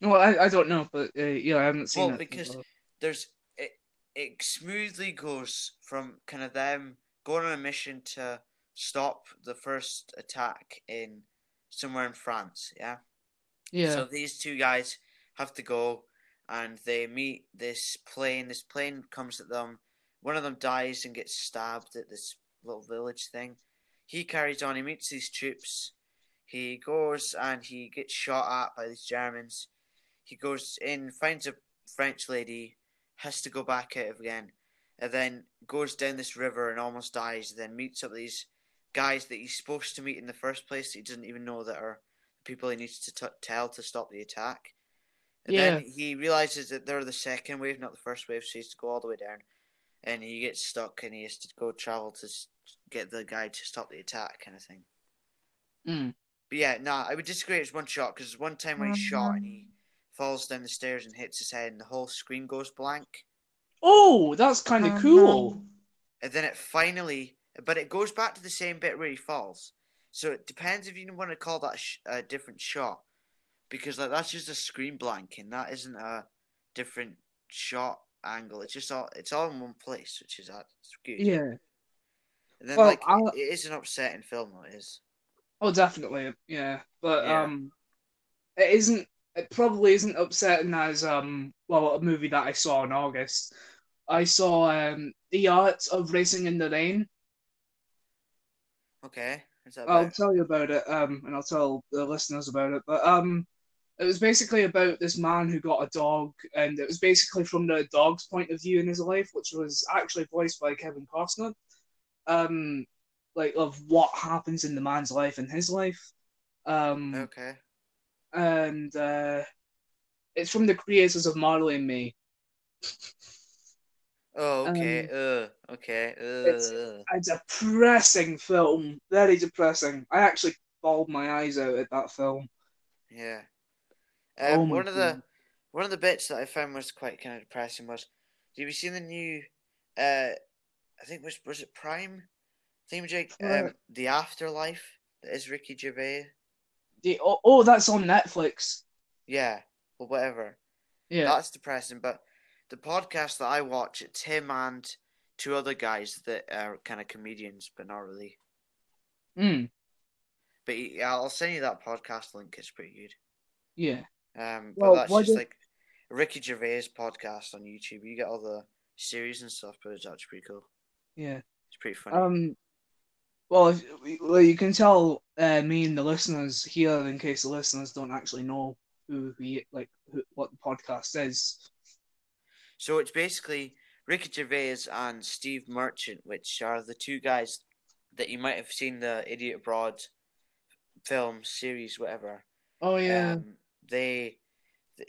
Speaker 1: Well, I, I don't know, but uh, yeah, I haven't seen
Speaker 2: Well,
Speaker 1: it.
Speaker 2: because- there's it, it smoothly goes from kind of them going on a mission to stop the first attack in somewhere in France. Yeah.
Speaker 1: Yeah.
Speaker 2: So these two guys have to go and they meet this plane. This plane comes at them. One of them dies and gets stabbed at this little village thing. He carries on. He meets these troops. He goes and he gets shot at by these Germans. He goes in, finds a French lady, has to go back out again, and then goes down this river and almost dies. Then meets up with these guys that he's supposed to meet in the first place. That he doesn't even know that are the people he needs to t- tell to stop the attack. And
Speaker 1: yeah.
Speaker 2: then he realizes that they're the second wave, not the first wave, so he has to go all the way down. And he gets stuck and he has to go travel to s- get the guy to stop the attack, kind of thing.
Speaker 1: Mm.
Speaker 2: But yeah, nah, I would disagree it's one shot because one time when he's shot and he falls down the stairs and hits his head and the whole screen goes blank.
Speaker 1: Oh, that's kind of cool.
Speaker 2: And then it finally, but it goes back to the same bit where he falls. So it depends if you want to call that sh- a different shot because like that's just a screen blank and that isn't a different shot angle. It's just all it's all in one place, which is that's good.
Speaker 1: Yeah.
Speaker 2: And then
Speaker 1: Well,
Speaker 2: like
Speaker 1: I'll-
Speaker 2: it is an upsetting film though, it is.
Speaker 1: Oh, definitely, yeah. But
Speaker 2: Yeah.
Speaker 1: um, it isn't. It probably isn't upsetting as um, well, a movie that I saw in August. I saw um, The Art of Racing in the Rain.
Speaker 2: Okay. Is that
Speaker 1: I'll
Speaker 2: better?
Speaker 1: tell you about it, um, and I'll tell the listeners about it. But um, it was basically about this man who got a dog, and it was basically from the dog's point of view in his life, which was actually voiced by Kevin Costner. Um, like of what happens in the man's life and his life. Um,
Speaker 2: Okay.
Speaker 1: and uh, it's from the creators of Marley and Me.
Speaker 2: Oh okay. uh okay.
Speaker 1: Um, it's-
Speaker 2: Uh,
Speaker 1: A depressing film, very depressing. I actually bawled my eyes out at that film.
Speaker 2: yeah. Um,
Speaker 1: Oh
Speaker 2: one
Speaker 1: my
Speaker 2: of the
Speaker 1: God.
Speaker 2: one of the bits that I found was quite kind of depressing was have you seen the new uh I think it was was it Prime? Theme Jake
Speaker 1: Pri-
Speaker 2: um, The Afterlife that is Ricky Gervais.
Speaker 1: The, oh, oh, that's on Netflix.
Speaker 2: Yeah. Well whatever.
Speaker 1: Yeah,
Speaker 2: That's depressing. But the podcast that I watch, it's him and two other guys that are kind of comedians, but not really.
Speaker 1: mm,
Speaker 2: But he- I'll send you that podcast link. It's pretty
Speaker 1: yeah.
Speaker 2: good. Um, but
Speaker 1: Well,
Speaker 2: that's
Speaker 1: why
Speaker 2: just
Speaker 1: don't-
Speaker 2: like Ricky Gervais podcast on YouTube. You get all the series and stuff, but it's actually pretty cool.
Speaker 1: Yeah.
Speaker 2: It's pretty funny.
Speaker 1: Um. Well, if, well, you can tell uh, me and the listeners here, in case the listeners don't actually know who we like, who, what the podcast is.
Speaker 2: so it's basically Ricky Gervais and Steve Merchant, which are the two guys that you might have seen the Idiot Abroad film series, whatever.
Speaker 1: Oh yeah,
Speaker 2: Um, they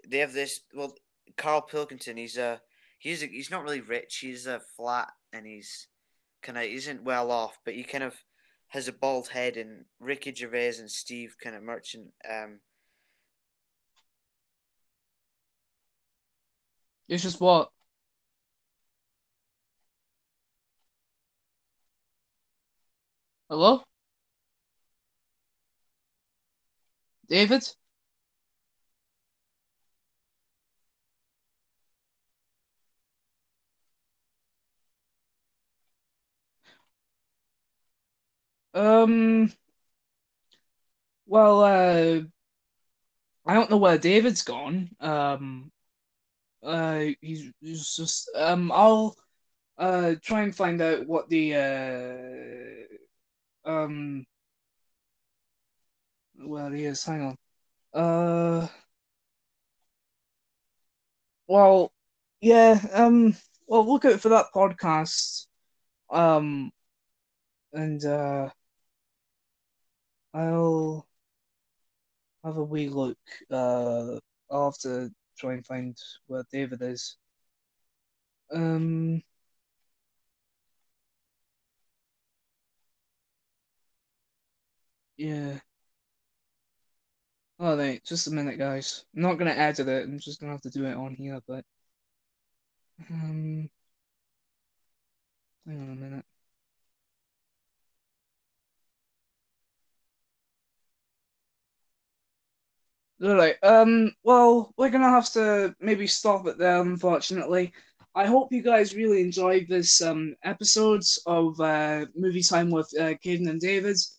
Speaker 2: they have this. Well, Carl Pilkington. He's a he's a, he's not really rich. He's a flat and he's kind of isn't well off, but he kind of has a bald head. And Ricky Gervais and Steve kind of merchant. Um,
Speaker 1: it's just what. Hello, David. Um. Well, uh, I don't know where David's gone. Um, uh, he's, he's just um. I'll uh try and find out what the uh um where he is. Hang on. Uh. Well, yeah. Um. Well, look out for that podcast. Um. And uh, I'll have a wee look. Uh, I'll have to try and find where David is. Um, yeah. All right, just a minute, guys. I'm not gonna edit it. I'm just gonna have to do it on here, but um, hang on a minute. All right. Um. Well, we're gonna have to maybe stop it there, unfortunately. I hope you guys really enjoyed this um, episodes of uh, Movie Time with uh, Caden and David.